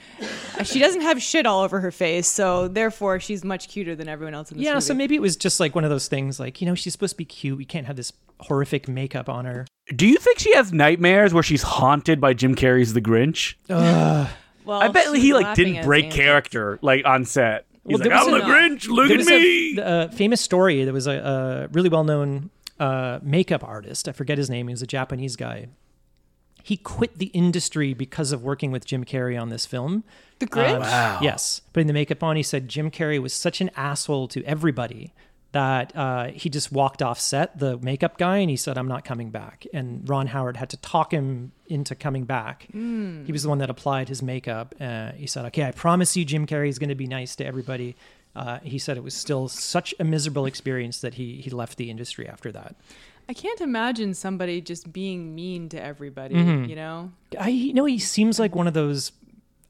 S1: Uh, she doesn't have shit all over her face, so therefore she's much cuter than everyone else in this
S3: Yeah,
S1: movie.
S3: so maybe it was just like one of those things like, you know, she's supposed to be cute. We can't have this horrific makeup on her. Oh,
S2: Do you think she has nightmares where she's haunted by Jim Carrey's The Grinch?
S1: Well,
S2: I bet
S1: she's
S2: he like
S1: laughing
S2: didn't
S1: at
S2: break
S1: Santa.
S2: character like on set. He's
S3: Well, there
S2: like,
S3: was
S2: I'm the
S1: a-
S2: Grinch. Look
S3: There
S2: at
S3: was a-
S2: me.
S3: A, famous story. There was a, a really well-known uh, makeup artist. I forget his name. He was a Japanese guy. He quit the industry because of working with Jim Carrey on this film.
S1: The Grinch.
S2: Uh,
S3: Yes, putting the makeup on, he said Jim Carrey was such an asshole to everybody that uh, he just walked off set, the makeup guy, and he said, "I'm not coming back." And Ron Howard had to talk him into coming back.
S1: Hmm.
S3: He was the one that applied his makeup. Uh, he said, "Okay, I promise you, Jim Carrey is going to be nice to everybody." Uh, he said it was still such a miserable experience that he he left the industry after that.
S1: I can't imagine somebody just being mean to everybody.
S2: Mm-hmm.
S1: You know.
S3: I you know he seems like one of those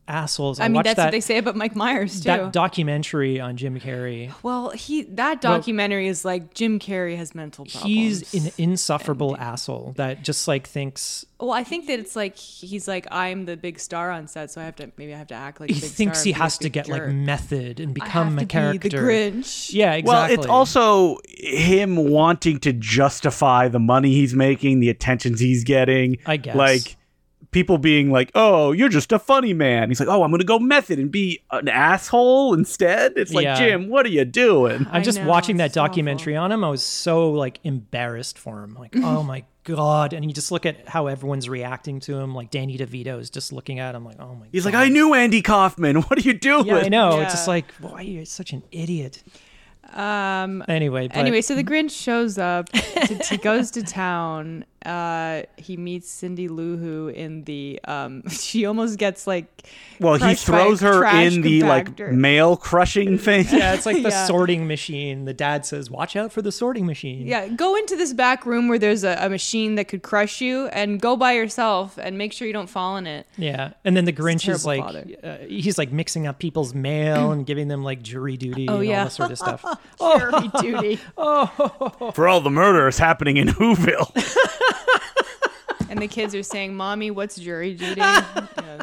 S3: assholes. I,
S1: I, mean,
S3: watched
S1: that's
S3: that
S1: what they say about Mike Myers too.
S3: that documentary on Jim Carrey.
S1: well, he that documentary is like Jim Carrey has mental problems.
S3: he's an insufferable asshole that just like thinks
S1: Well, I think that it's like he's like I'm the big star on set, so I have to maybe I have to act like a
S3: he
S1: big
S3: thinks
S1: star
S3: he
S1: and be a
S3: has to
S1: big
S3: get
S1: jerk.
S3: like method and
S1: I have
S3: become
S1: to
S3: a
S1: Be
S3: character.
S1: the Grinch.
S3: Yeah, exactly.
S2: Well, it's also him wanting to justify the money he's making, the attentions he's getting.
S3: I guess.
S2: Like people being like, "Oh, you're just a funny man." He's like, "Oh, I'm going to go method and be an asshole instead." It's like,
S3: Yeah.
S2: "Jim, what are you doing?"
S3: I'm
S1: I
S3: just
S1: know,
S3: watching that
S1: it's awful.
S3: documentary on him. I was so like embarrassed for him. Like, oh my god! And you just look at how everyone's reacting to him. Like Danny DeVito is just looking at him like, oh my.
S2: He's
S3: god.
S2: like, "I knew Andy Kaufman. What are you doing?"
S3: Yeah, I know. It's
S1: Yeah.
S3: just like, why are you such an idiot?
S1: Um.
S3: Anyway, but
S1: Anyway, so the Grinch shows up. to, he goes to town. Uh, he meets Cindy Lou Who in the. Um, she almost gets like.
S2: Well, he
S1: crushed by a
S2: throws her
S1: trash
S2: in the like
S1: compactor.
S2: mail crushing thing.
S3: yeah, it's like the
S1: Yeah.
S3: sorting machine. The dad says, "Watch out for the sorting machine."
S1: Yeah, go into this back room where there's a, a machine that could crush you, and go by yourself, and make sure you don't fall in it.
S3: Yeah, and then the Grinch is
S1: terrible
S3: like,
S1: father.
S3: uh, he's like mixing up people's mail and giving them like jury duty and all
S1: Oh, yeah.
S3: this sort of stuff.
S1: Jury duty.
S2: For all the murders happening in Whoville.
S1: And the kids are saying, "Mommy, what's jury duty?" Yeah.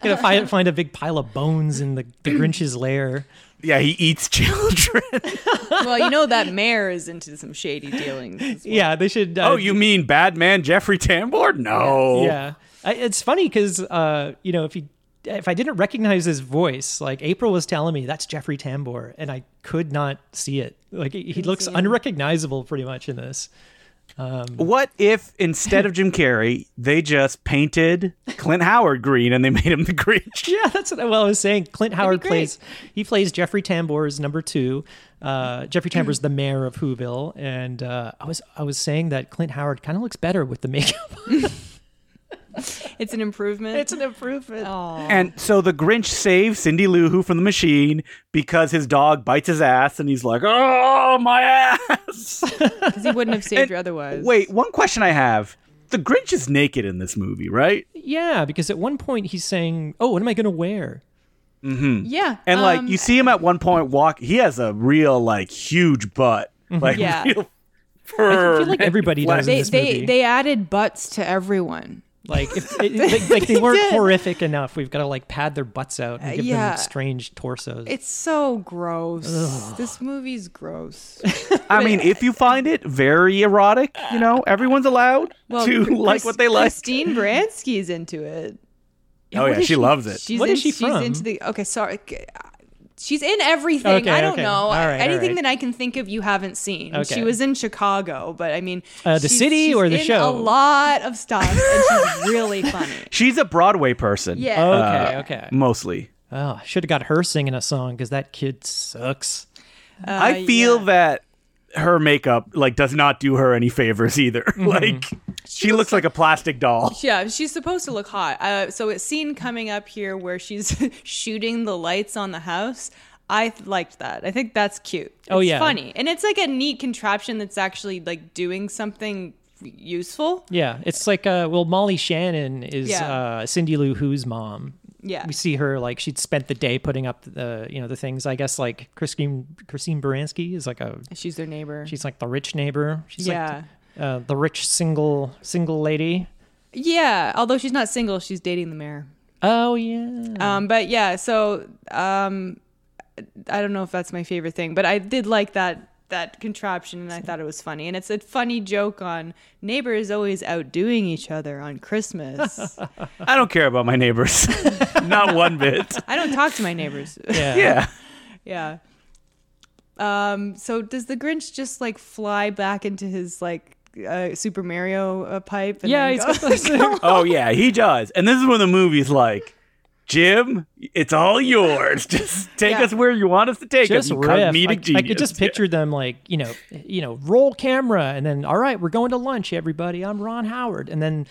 S3: Gonna find, find a big pile of bones in the, the Grinch's lair.
S2: yeah, he eats children.
S1: Well, you know that mayor is into some shady dealings. as well.
S3: Yeah, they should. Uh,
S2: oh, you mean bad man Jeffrey Tambor? No.
S3: Yeah, I, it's funny because uh, you know if you if I didn't recognize his voice, like April was telling me that's Jeffrey Tambor, and I could not see it. Like he, he looks
S1: see him.
S3: unrecognizable pretty much in this.
S2: What if instead of Jim Carrey, they just painted Clint Howard green and they made him the Grinch?
S3: Yeah, that's what I, well, I was saying. Clint Howard
S1: great.
S3: plays he plays Jeffrey Tambor's number two. Uh, Jeffrey Tambor's the mayor of Whoville, and uh, I was I was saying that Clint Howard kind of looks better with the makeup.
S1: it's an improvement.
S3: it's an improvement.
S1: Aw.
S2: And so the Grinch saves Cindy Lou Who from the machine because his dog bites his ass and he's like, "Oh, my ass!"
S1: Because he wouldn't have saved her otherwise.
S2: Wait, one question I have: the Grinch is naked in this movie, right?
S3: Yeah, because at one point he's saying, "Oh, what am I going to wear?"
S1: Yeah.
S2: And like
S1: um,
S2: you see him at one point walk, he has a real like huge butt, like
S1: Yeah.
S2: real
S3: I
S2: fur.
S3: feel like everybody does in
S1: they
S3: this
S1: they,
S3: movie.
S1: they added butts to everyone.
S3: like if it, it- like, like they weren't
S1: did. Uh,
S3: horrific enough, we've got to like pad their butts out and give
S1: yeah.
S3: them strange torsos.
S1: It's so gross. This movie's gross.
S2: I mean, if you find it very erotic, you know, everyone's allowed to
S1: Chris-
S2: like what they like.
S1: Christine Bransky's into it.
S2: Oh yeah,
S3: What
S2: she,
S3: is she-
S2: loves it.
S1: She's
S3: What
S1: in,
S3: is she
S1: she's
S3: from?
S1: into the Okay, sorry. G- She's in everything.
S3: Okay,
S1: I don't
S3: okay.
S1: know.
S3: All right, all
S1: Anything
S3: right.
S1: that I can think of you haven't seen.
S3: Okay.
S1: She was in Chicago, but I mean
S3: Uh, the
S1: she's-
S3: city
S1: she's
S3: or the
S1: in
S3: show?
S1: A lot of stuff and she's really funny.
S2: She's a Broadway person.
S1: Yeah.
S3: okay,
S2: Uh,
S3: okay.
S2: Mostly.
S3: Oh, should have got her singing a song because that kid sucks.
S2: I feel that her makeup like does not do her any favors either.
S3: Mm-hmm.
S2: like she, looks like a plastic doll.
S1: Yeah, she's supposed to look hot. Uh, so it's seen coming up here where she's shooting the lights on the house. I th- liked that. I think that's cute.
S3: Oh,
S1: It's
S3: yeah.
S1: funny, and it's like a neat contraption that's actually like doing something useful.
S3: Yeah, it's like uh, well, Molly Shannon is
S1: Yeah.
S3: uh, Cindy Lou Who's mom.
S1: Yeah.
S3: we see her like she'd spent the day putting up the you know the things. I guess like Christine Christine Baranski is like a
S1: She's their neighbor.
S3: she's like the rich neighbor. She's
S1: Yeah.
S3: like uh, the rich single single lady.
S1: yeah, although she's not single, she's dating the mayor.
S3: Oh yeah,
S1: Um, but yeah, so um, I don't know if that's my favorite thing, but I did like that that contraption and I thought it was funny. And it's a funny joke on neighbors always outdoing each other on Christmas.
S2: I don't care about my neighbors, not one bit.
S1: I don't talk to my neighbors.
S3: Yeah.
S2: Yeah.
S1: yeah. Um, so does the Grinch just like fly back into his like uh, Super Mario uh, pipe? And
S3: Yeah,
S1: then
S3: he's
S1: go-
S3: got those-
S2: Oh yeah, he does. And this is when the movie's like, Jim, it's all yours. Just take
S1: Yeah.
S2: us where you want us to take
S3: just
S2: us. you
S3: riff. I,
S2: comedic
S3: I could
S2: genius."
S3: just picture them like you know, you know, roll camera, and then all right, we're going to lunch, everybody. I'm Ron Howard, and then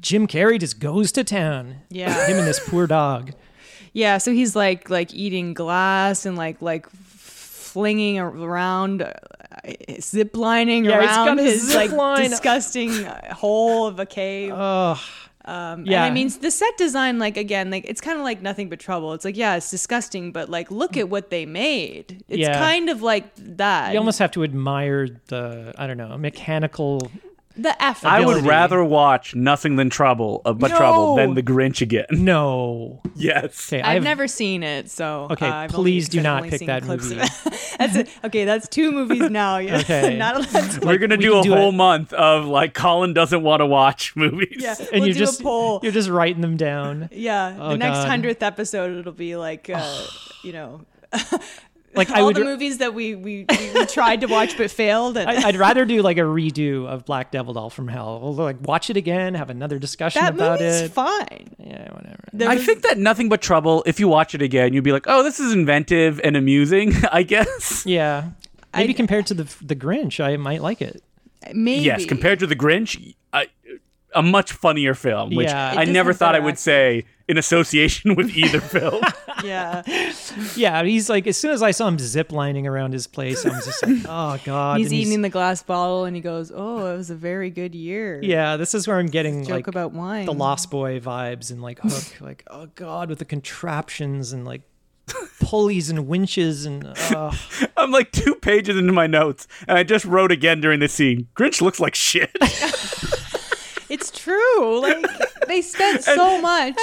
S3: Jim Carrey just goes to town.
S1: Yeah.
S3: him and this poor dog.
S1: yeah. So he's like like eating glass and like like flinging around, uh, zip lining
S3: Yeah, he's got
S1: around
S3: a
S1: his
S3: zip
S1: like
S3: line.
S1: disgusting uh, hole of a cave.
S3: Oh,
S1: Um,
S3: Yeah.
S1: And I mean, the set design, like again, like it's kind of like nothing but trouble. It's like, yeah, it's disgusting, but like, look at what they made. It's
S3: Yeah.
S1: kind of like that.
S3: you almost have to admire the I don't know mechanical.
S1: the effort.
S2: I would
S3: ability.
S2: rather watch Nothing Than Trouble, uh, but
S3: No!
S2: Trouble, than The Grinch again.
S3: No,
S2: Yes.
S3: okay,
S1: I've
S3: I've
S1: never seen it, so
S3: Okay,
S1: uh, I've
S3: please
S1: only-
S3: do
S1: I've
S3: not
S1: only
S3: pick
S1: seen
S3: that
S1: clips of
S3: movie.
S1: it. that's it. Okay, that's two movies now. Yeah,
S3: Okay.
S1: not allowed.
S2: We're gonna
S3: we
S2: do
S3: can
S2: a
S3: do
S2: whole
S3: it.
S2: month of like Colin doesn't want to watch movies.
S1: Yeah,
S3: and
S1: we'll
S3: you're
S1: do
S3: just
S1: a poll.
S3: you're just writing them down.
S1: yeah,
S3: Oh,
S1: the next
S3: God.
S1: hundredth episode, it'll be like, uh, you know,
S3: Like I
S1: all
S3: would.
S1: the movies that we we, we, we tried to watch but failed. And
S3: I- I'd rather do like a redo of Black Devil Doll from Hell. We'll like watch it again, have another discussion
S1: that
S3: about
S1: movie's
S3: it.
S1: fine.
S3: yeah, whatever.
S1: There
S2: I
S1: was-
S2: think that Nothing But Trouble, if you watch it again, you'd be like, oh, this is inventive and amusing, I guess.
S3: Yeah. Maybe
S1: I'd-
S3: compared to the the Grinch, I might like it.
S1: maybe
S2: Yes, compared to The Grinch, I, a much funnier film, which
S3: Yeah. It
S2: I
S1: does
S2: never
S1: have
S2: thought I
S1: better
S2: would
S1: acting.
S2: say in association with either film.
S1: yeah.
S3: Yeah, he's like as soon as I saw him zip lining around his place, I'm just like, oh god.
S1: he's
S3: and
S1: eating the glass bottle and he goes, "Oh, it was a very good year."
S3: Yeah, this is where I'm getting
S1: joke
S3: like
S1: about wine.
S3: the Lost Boy vibes and like Hook, like oh god, with the contraptions and like pulleys and winches and uh,
S2: I'm like two pages into my notes, and I just wrote again during the scene. Grinch looks like shit.
S1: It's true. Like they spent so much.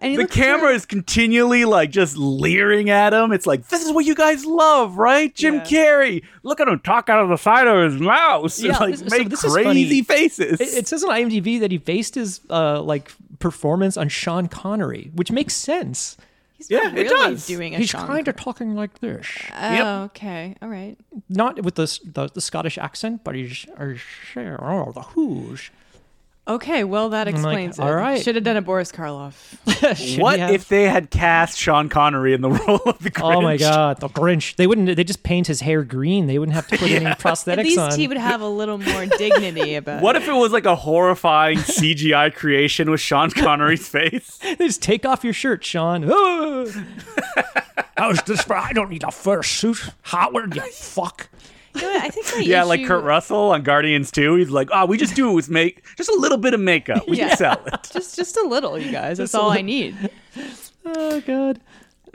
S1: And he
S2: the
S1: looks
S2: camera is continually like just leering at him. It's like this is what you guys love, right, Jim
S1: Yeah.
S2: Carrey? Look at him talk out of the side of his mouth and
S3: Yeah,
S2: like
S3: so
S2: make
S3: this is funny.
S2: crazy faces.
S3: it, it says on IMDb that he based his uh like performance on Sean Connery, which makes sense.
S1: He's
S2: Yeah,
S1: not
S2: it
S1: really
S2: does.
S1: doing a
S3: He's
S1: Sean
S3: kind of talking like this.
S1: Oh,
S2: Yep.
S1: okay. All right.
S3: not with the, s- the, the Scottish accent, but he's, he's oh, the who's.
S1: Okay, well that
S3: like,
S1: explains it.
S3: all right.
S1: Should have done a Boris Karloff.
S3: Should
S2: what
S3: we have-
S2: if they had cast Sean Connery in the role of the Grinch?
S3: Oh my God, the Grinch! They wouldn't. They just paint his hair green. They wouldn't have to put any prosthetics
S1: At least
S3: on.
S1: he would have a little more dignity about
S2: What if it was like a horrifying CGI creation with Sean Connery's face?
S3: They just take off your shirt, Sean. Oh. I was just. I don't need a fursuit, Howard. You fuck.
S1: it. You know what, I think my
S2: Yeah, like
S1: issue-
S2: Kurt Russell on Guardians 2. He's like, oh, we just do it with make just a little bit of makeup. We
S1: Yeah.
S2: can sell it.
S1: Just just a little, you guys. That's
S3: Just a
S1: all I
S3: little.
S1: need.
S3: Oh God.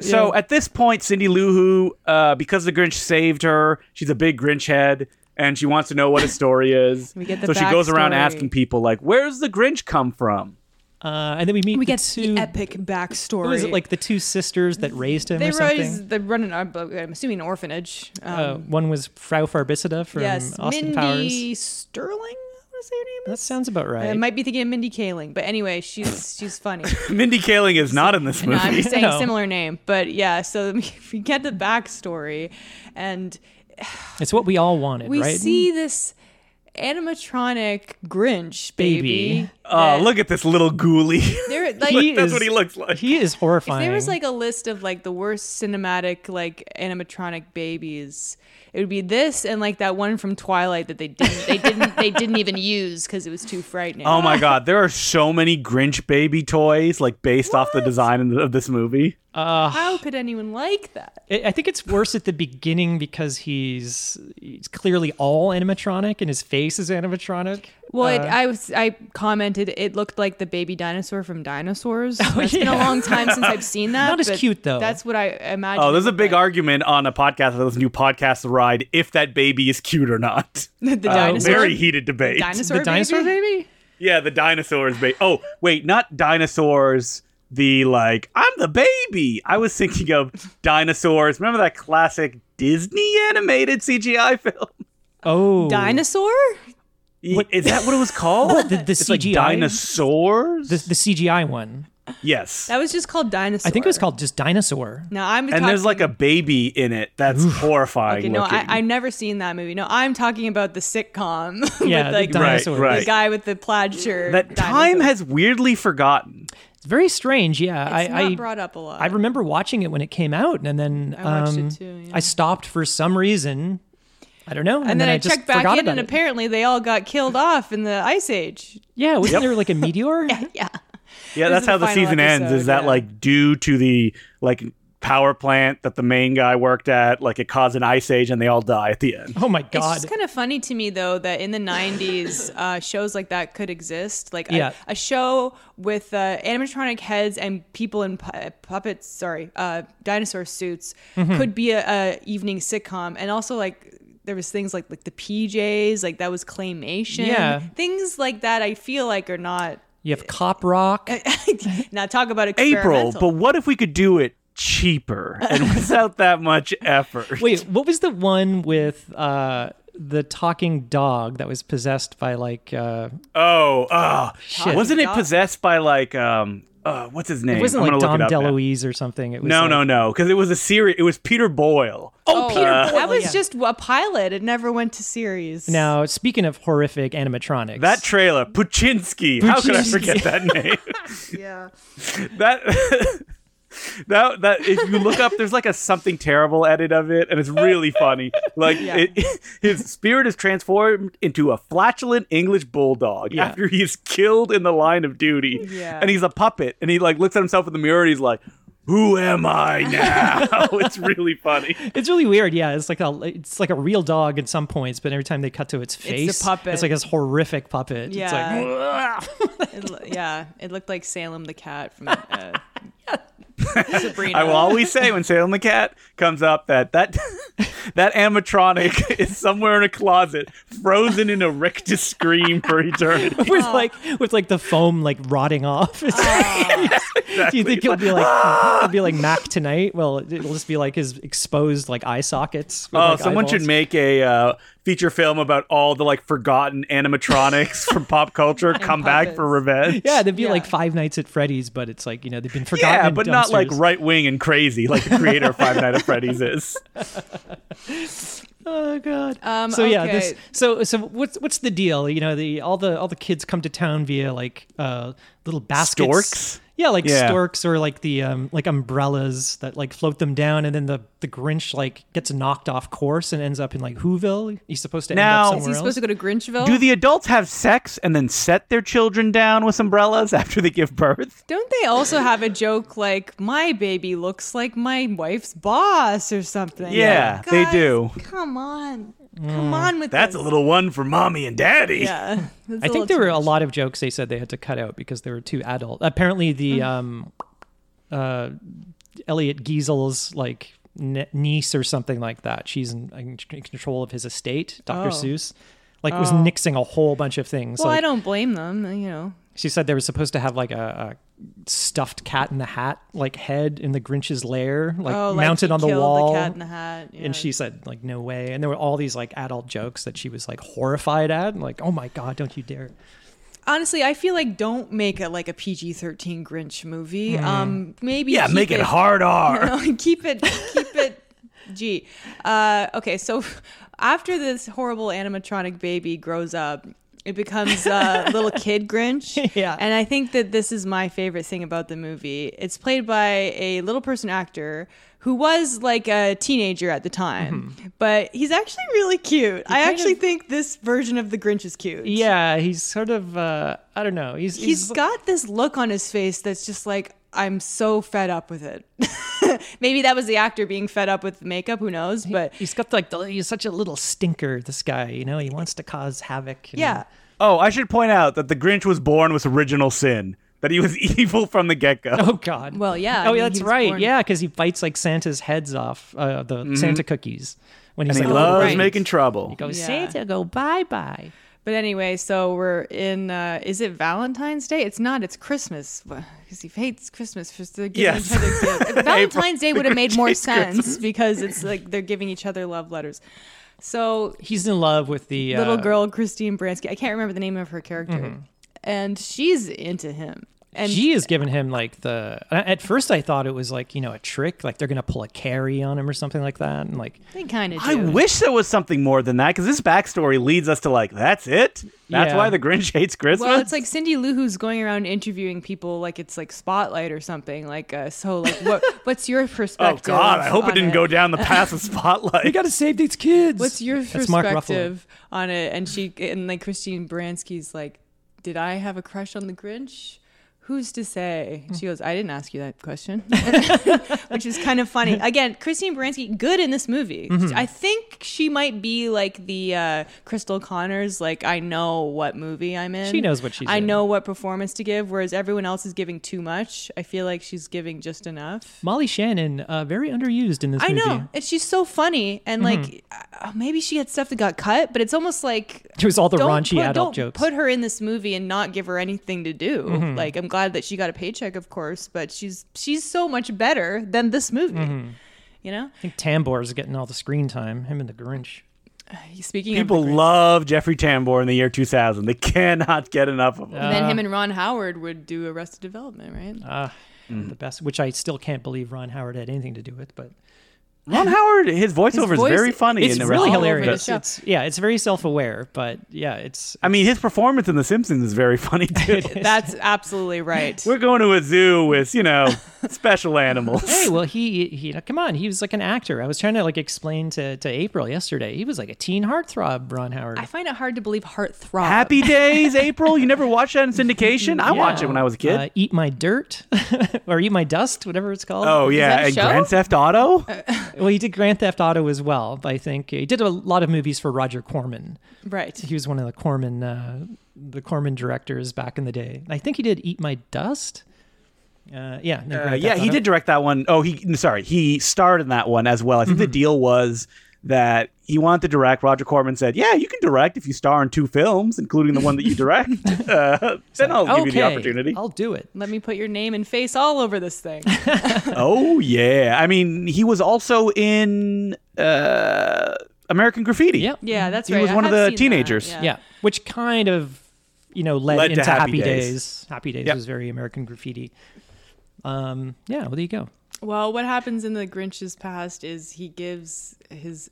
S2: So
S3: Yeah.
S2: at this point, Cindy Lou Who, uh, because the Grinch saved her, she's a big Grinch head, and she wants to know what his story is.
S1: We get the
S2: so she goes around
S1: backstory.
S2: asking people like, "Where's the Grinch come from?"
S3: Uh, and then we meet.
S1: We
S3: the
S1: get
S3: two.
S1: the epic backstory.
S3: What was it like the two sisters that raised him
S1: they
S3: or something?
S1: raise they run an I'm assuming an orphanage. Um,
S3: uh, one was Frau Farbissida from
S1: yes,
S3: Austin Powers.
S1: Mindy Uh, Sterling. I want to say her name.
S3: That
S1: is.
S3: sounds about right.
S1: I might be thinking of Mindy Kaling, but anyway, she's she's funny.
S2: Mindy Kaling is not in this
S1: No, I'm
S2: movie.
S1: just saying
S3: No.
S1: similar name, but yeah. So we get the backstory, and
S3: It's what we all wanted,
S1: we
S3: right?
S1: see this animatronic Grinch baby.
S3: Baby.
S2: Oh,
S1: that-
S2: look at this little ghoulie.
S1: There, like,
S3: He
S2: That's
S3: is-
S2: what he looks like.
S3: He is
S1: if
S3: horrifying.
S1: there was like a list of like the worst cinematic like animatronic babies, it would be this and like that one from Twilight that they didn't they didn't they didn't even use because it was too frightening.
S2: Oh my god, there are so many Grinch baby toys like based off the design in- of this movie.
S1: How could anyone like that?
S3: I I think it's worse at the beginning because he's, he's clearly all animatronic and his face is animatronic.
S1: Well, it,
S3: Uh,
S1: I was I commented it looked like the baby dinosaur from Dinosaurs. it's been a
S3: yeah.
S1: long time since I've seen that.
S3: Not as
S1: but
S3: cute, though.
S1: That's what I imagine.
S2: Oh, there's
S1: it
S2: a big
S1: looked
S2: argument on a podcast that was new podcast The ride if that baby is cute or not.
S1: like. the dinosaur.
S2: Very heated debate.
S1: dinosaur,
S3: The dinosaur
S1: baby.
S2: Yeah, the dinosaurs. Ba- oh, wait, not dinosaurs. The like, I'm the baby. I was thinking of dinosaurs. Remember that classic Disney animated CGI film.
S3: Oh,
S1: Dinosaur?
S2: What is that? What it was called?
S3: the, the
S2: it's
S3: CGI,
S2: like dinosaurs.
S3: the, the CGI one.
S2: yes,
S1: That was just called Dinosaur.
S3: I think it was called just dinosaur.
S1: No, I'm
S2: and there's like a baby in it that's horrifying.
S1: Okay, no,
S2: looking.
S1: I, I've never seen that movie. No, I'm talking about the sitcom
S3: Yeah,
S1: with
S3: the
S1: like the,
S3: dinosaur.
S2: Right, right.
S1: guy with the plaid shirt.
S2: that time
S1: dinosaur.
S2: has weirdly forgotten.
S3: It's very strange. Yeah,
S1: It's
S3: I,
S1: not
S3: I
S1: brought up a lot.
S3: I remember watching it when it came out, and then
S1: I watched it
S3: um,
S1: too, yeah.
S3: I stopped for some reason. I don't know, and,
S1: and then, I,
S3: just
S1: checked back
S3: forgot
S1: in,
S3: about
S1: and
S3: it.
S1: apparently they all got killed off in the Ice Age.
S3: yeah, wasn't there like a meteor?
S1: Yeah.
S2: Yeah,
S1: This
S2: that's
S1: is the
S2: how the
S1: final
S2: season ends.
S1: episode,
S2: Is that
S1: yeah.
S2: like due to the like power plant that the main guy worked at? Like it caused an ice age, and they all die at the end.
S3: Oh my
S1: It's
S3: god!
S1: just kind of funny to me though that in the '90s uh, shows like that could exist, like
S3: Yeah.
S1: a, a show with uh, animatronic heads and people in pu- puppets, sorry, uh, dinosaur suits,
S3: Mm-hmm.
S1: could be a, a evening sitcom, and also like there was things like like the PJs, like that was claymation,
S3: Yeah.
S1: things like that. I feel like are not
S3: you have cop rock.
S1: Uh, now talk about experimental.
S2: April, but what if we could do it cheaper and without that much effort?
S3: Wait, what was the one with uh, the talking dog that was possessed by like? Uh,
S2: Oh, oh,
S3: Shit.
S2: wasn't it
S1: Dog.
S2: possessed by like um, uh, what's his name?
S3: it wasn't
S2: I'm
S3: like
S2: gonna
S3: Dom
S2: look it up now.
S3: DeLuise or something. It was
S2: No,
S3: like,
S2: no, no, because it was a series. It was Peter Boyle.
S1: oh, Peter, that was
S3: yeah.
S1: just a pilot. It never went to series.
S3: Now, speaking of horrific animatronics,
S2: That trailer, Puchinsky. How could I
S3: Puchinsky.
S2: forget that name?
S1: yeah.
S2: that that that if you look up there's like a something terrible edit of it and it's really funny like
S1: Yeah.
S2: it, his spirit is transformed into a flatulent english bulldog
S3: Yeah.
S2: after he is killed in the line of duty
S1: Yeah.
S2: and he's a puppet and he like looks at himself in the mirror and he's like who am i now it's really funny
S3: it's really weird. Yeah, it's like a it's like a real dog at some points, but every time they cut to its face,
S1: puppet.
S3: It's like this horrific puppet.
S1: Yeah.
S3: It's like,
S1: It lo- yeah, it looked like Salem the cat from uh, Sabrina.
S2: I will always say when Salem the Cat comes up that that that animatronic is somewhere in a closet, frozen in a rictus scream for eternity.
S3: with
S1: Oh.
S3: like with like the foam like rotting off. It's
S1: Ah.
S3: like- Do you think he'll be
S2: Ah.
S3: like he'll be like Mac tonight? Well, it'll just be like his exposed like eye sockets. with,
S2: Oh,
S3: like,
S2: someone should
S3: eyeballs.
S2: make a uh, feature film about all the like forgotten animatronics from pop culture come back for revenge.
S3: Yeah, they'd be
S1: Yeah.
S3: like Five Nights at Freddy's, but it's like you know they've been forgotten.
S2: Yeah,
S3: in
S2: but not like
S3: dumpsters.
S2: right wing and crazy like the creator of Five Nights at Freddy's is.
S3: Oh god.
S1: Um,
S3: so yeah, this
S1: okay.
S3: so so what's what's the deal? You know, the all the all the kids come to town via like uh little baskets.
S2: Storks?
S3: Yeah, like
S2: Yeah.
S3: storks or like the um like umbrellas that like float them down and then the the Grinch like gets knocked off course and ends up in like Whoville. He's supposed to
S2: Now-
S3: end up
S2: Is
S1: Is
S3: somewhere
S1: he
S3: else.
S1: supposed to go to Grinchville?
S2: Do the adults have sex and then set their children down with umbrellas after they give birth?
S1: Don't they also have a joke like "My baby looks like my wife's boss" or something?
S2: Yeah, they
S1: Guys,
S2: do. Mm.
S1: Come on, come on with
S2: That's a
S1: this.
S2: little one for mommy and daddy.
S1: Yeah,
S3: I think there were a lot of jokes they said they had to cut out because they were too adult. Apparently, the
S1: Mm.
S3: um, uh, Elliot Giesel's like ne- niece or something like that. She's in, in control of his estate. Dr.
S1: Oh.
S3: Seuss, like, was nixing a whole bunch of things.
S1: Well,
S3: like,
S1: I don't blame them. You know,
S3: she said they were supposed to have like a, a stuffed cat in the hat, like head in the Grinch's lair, like
S1: oh, like
S3: mounted
S1: he
S3: on the
S1: killed
S3: wall.
S1: the cat in the hat, yeah.
S3: and she said like no way and there were all these like adult jokes that she was like horrified at and like oh my god don't you dare
S1: honestly, I feel like don't make it like a PG thirteen Grinch movie. Um, maybe
S2: Mm. Yeah,
S1: keep
S2: make it hard R.
S1: No, keep it, keep it. G. Uh, okay, so after this horrible animatronic baby grows up, it becomes uh, little kid Grinch.
S3: Yeah.
S1: and I think that this is my favorite thing about the movie. It's played by a little person actor who was like a teenager at the time,
S3: Mm-hmm.
S1: but he's actually really cute. I actually think this version of the Grinch is cute.
S3: Yeah, he's sort of uh I don't know. He's
S1: he's got this look on his face that's just like I'm so fed up with it. Maybe that was the actor being fed up with makeup. Who knows? But
S3: he's got like the, he's such a little stinker. This guy, you know, he wants to cause havoc. and-
S1: yeah,
S2: Oh, I should point out that the Grinch was born with original sin, that he was evil from the get go.
S3: Oh God.
S1: Well, yeah, I
S3: Oh,
S1: mean,
S3: yeah, that's
S1: he was
S3: right.
S1: born-
S3: Yeah, because he bites like Santa's heads off uh, the Santa cookies when he's
S2: Mm-hmm. And he
S3: like,
S1: Oh,
S2: loves
S1: right.
S2: making trouble.
S3: Go
S1: Yeah.
S3: Santa, go bye bye.
S1: But anyway, so we're in. Uh, is it Valentine's Day? It's not. It's Christmas because he hates Christmas for the giving
S2: Yes.
S1: each other gifts. Valentine's Day would have made more
S2: hates
S1: sense
S2: Christmas.
S1: because it's like they're giving each other love letters. So
S3: He's in love with the
S1: little
S3: uh,
S1: girl Christine Bransky. I can't remember the name of her character,
S2: Mm-hmm.
S1: and she's into him. And
S3: she has given him like the. At first, I thought it was like you know a trick, like they're gonna pull a carry on him or something like that, and like
S1: they kind of.
S2: I wish there was something more than that because this backstory leads us to like that's it. That's
S3: Yeah.
S2: why the Grinch hates Christmas.
S1: Well, it's like Cindy Lou Who's going around interviewing people like it's like Spotlight or something. Like, uh, so like, what what's your
S2: oh
S1: perspective?
S2: god, I hope it
S1: on
S2: didn't go down the path of spotlight.
S3: we gotta save these kids.
S1: What's your
S3: That's Mark Ruffalo.
S1: perspective on it? And she and like Christine Bransky's like, did I have a crush on the Grinch? Who's to say? She goes, I didn't ask you that question, which is kind of funny. Again, Christine Baranski, good in this movie.
S3: Mm-hmm.
S1: I think she might be like the uh, Crystal Connors, like I know what movie I'm in.
S3: She knows what she's
S1: I
S3: in.
S1: know what performance to give, whereas everyone else is giving too much. I feel like she's giving just enough.
S3: Molly Shannon, uh, very underused in this
S1: I
S3: movie.
S1: know, and she's so funny, and
S2: Mm-hmm.
S1: like uh, maybe she had stuff that got cut, but it's almost like
S3: It was all the raunchy
S1: put,
S3: adult
S1: don't
S3: jokes.
S1: Put her in this movie and not give her anything to do.
S2: Mm-hmm.
S1: Like I'm glad that she got a paycheck, of course, but she's she's so much better than this movie.
S2: Mm-hmm.
S1: You know,
S3: I think Tambor's getting all the screen time. Him and the Grinch.
S1: speaking
S2: People
S1: of the Grinch,
S2: love Jeffrey Tambor in the year 2000. They cannot get enough of him.
S1: and then him and Ron Howard would do Arrested Development, right?
S2: Uh, Mm.
S3: the best, which I still can't believe Ron Howard had anything to do with. But
S2: Ron Howard, his voiceover
S1: His
S2: is very
S1: voice-
S2: funny.
S3: it's
S2: in the
S3: really
S1: all over
S2: rest-
S1: the
S3: hilarious.
S1: show.
S3: It's, yeah, it's very self-aware, but yeah, it's
S2: I mean, his performance in The Simpsons is very funny too.
S1: That's absolutely right.
S2: We're going to a zoo with you know special animals.
S3: hey, well, he he, come on, he was like an actor. I was trying to like explain to to April yesterday. He was like a teen heartthrob, Ron Howard.
S1: I find it hard to believe heartthrob.
S2: Happy Days, April. You never watched that in syndication? I watched it when I was a kid.
S3: Uh, eat my dirt or eat my dust, whatever it's called.
S2: oh
S1: that
S2: yeah,
S1: a
S2: and
S1: show?
S2: Grand Theft Auto. Uh,
S3: well, he did Grand Theft Auto as well. I think he did a lot of movies for Roger Corman.
S1: right?
S3: He was one of the Corman uh, the Corman directors back in the day. I think he did Eat My Dust. Uh, yeah, and then
S2: Uh,
S3: Grand
S2: yeah,
S3: Theft
S2: he
S3: Auto.
S2: did direct that one. Oh, he sorry, he starred in that one as well. I think the deal was that he wanted to direct. Roger Corman said, "Yeah, you can direct if you star in two films, including the one that you direct. uh, then I'll give you the
S3: Okay,
S2: opportunity."
S3: I'll do it.
S1: Let me put your name and face all over this thing.
S2: oh yeah, I mean, he was also in uh, American Graffiti.
S3: Yeah,
S1: Yeah, that's
S2: He
S1: right.
S2: was
S1: I
S2: one of
S1: have
S2: the
S1: seen that,
S2: teenagers.
S1: yeah.
S3: yeah. Which kind of you know led,
S2: Led to
S3: into Happy,
S2: Happy
S3: Days.
S2: Days.
S3: Happy Days
S2: Yep.
S3: was very American Graffiti. Um, yeah, well there you go.
S1: Well, what happens in the Grinch's past is he gives his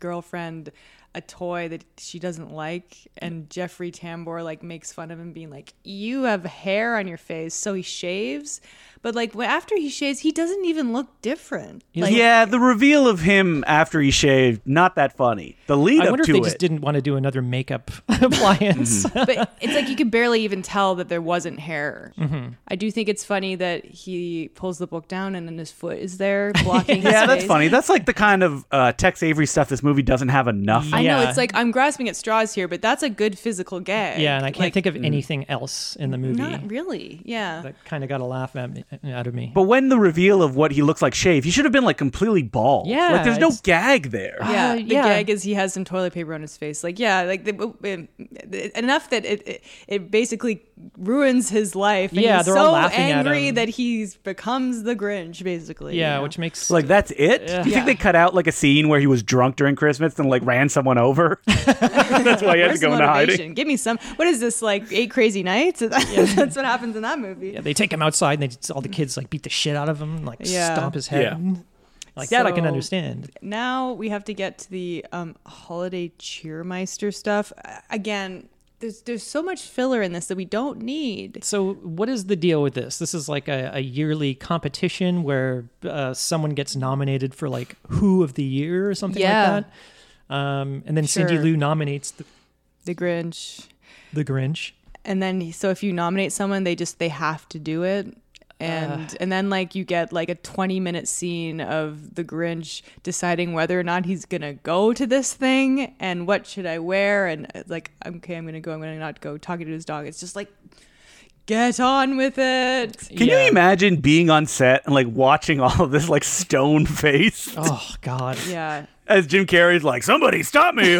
S1: girlfriend a toy that she doesn't like, and Jeffrey Tambor like makes fun of him, being like, "You have hair on your face," so he shaves. But like wh- after he shaves, he doesn't even look different. Like,
S2: yeah, the reveal of him after he shaved, not that funny. The lead
S3: I
S2: up
S3: wonder if
S2: to
S3: they
S2: it. Mm-hmm.
S3: just didn't want to do another makeup appliance.
S1: but it's like you could barely even tell that there wasn't hair.
S3: Mm-hmm.
S1: I do think it's funny that he pulls the book down and then his foot is there blocking. his
S2: yeah, that's
S1: face.
S2: funny. That's like the kind of uh, Tex Avery stuff this movie doesn't have enough.
S1: I know
S3: Yeah.
S1: it's like I'm grasping at straws here, but that's a good physical gag.
S3: yeah, and I can't
S1: Like,
S3: think
S2: mm.
S3: of anything else in the movie
S1: Not really. Yeah.
S3: that kind of got a laugh at me, out of me.
S2: But when the reveal of what he looks like shaved, he should have been like completely bald.
S3: Yeah,
S2: like there's no
S3: it's-
S2: gag there.
S1: yeah,
S3: Uh,
S1: the
S3: yeah.
S1: gag is he has some toilet paper on his face. Like, yeah, like the, uh, enough that it, it it basically ruins his life. And
S3: Yeah,
S1: he's
S3: they're
S1: so
S3: all laughing at
S1: angry
S3: him.
S1: that he becomes the Grinch, basically.
S3: yeah,
S1: you know?
S3: which makes
S2: Like that's it. Do you
S1: Yeah.
S2: think they cut out like a scene where he was drunk during Christmas and like ran someone over? that's why he had to
S1: Where's the
S2: go into hiding.
S1: motivation? Give me some. What is this like? Eight Crazy Nights? That's what happens in that movie.
S3: yeah, they take him outside and they all the kids like beat the shit out of him, like
S1: Yeah.
S3: stomp his head.
S2: Yeah.
S3: Like that, I can
S1: So-
S3: understand.
S1: now we have to get to the um, holiday cheermeister stuff Uh, again there's there's so much filler in this that we don't need
S3: So, what is the deal with this? This is like a, a yearly competition where uh, someone gets nominated for like Who of the Year or something
S1: Yeah.
S3: like that. Um, and then Cindy
S1: Sure.
S3: Lou nominates the,
S1: the grinch
S3: the Grinch.
S1: and then he- so if you nominate someone they just they have to do it and and then like you get like a 20 minute scene of the grinch deciding whether or not he's gonna go to this thing and what should i wear and uh, like okay i'm gonna go i'm gonna not go talking to his dog it's just like get on with it.
S2: Can
S3: Yeah.
S2: you imagine being on set and like watching all of this like stone face
S3: Oh God,
S1: Yeah.
S2: as Jim Carrey's like, somebody stop me?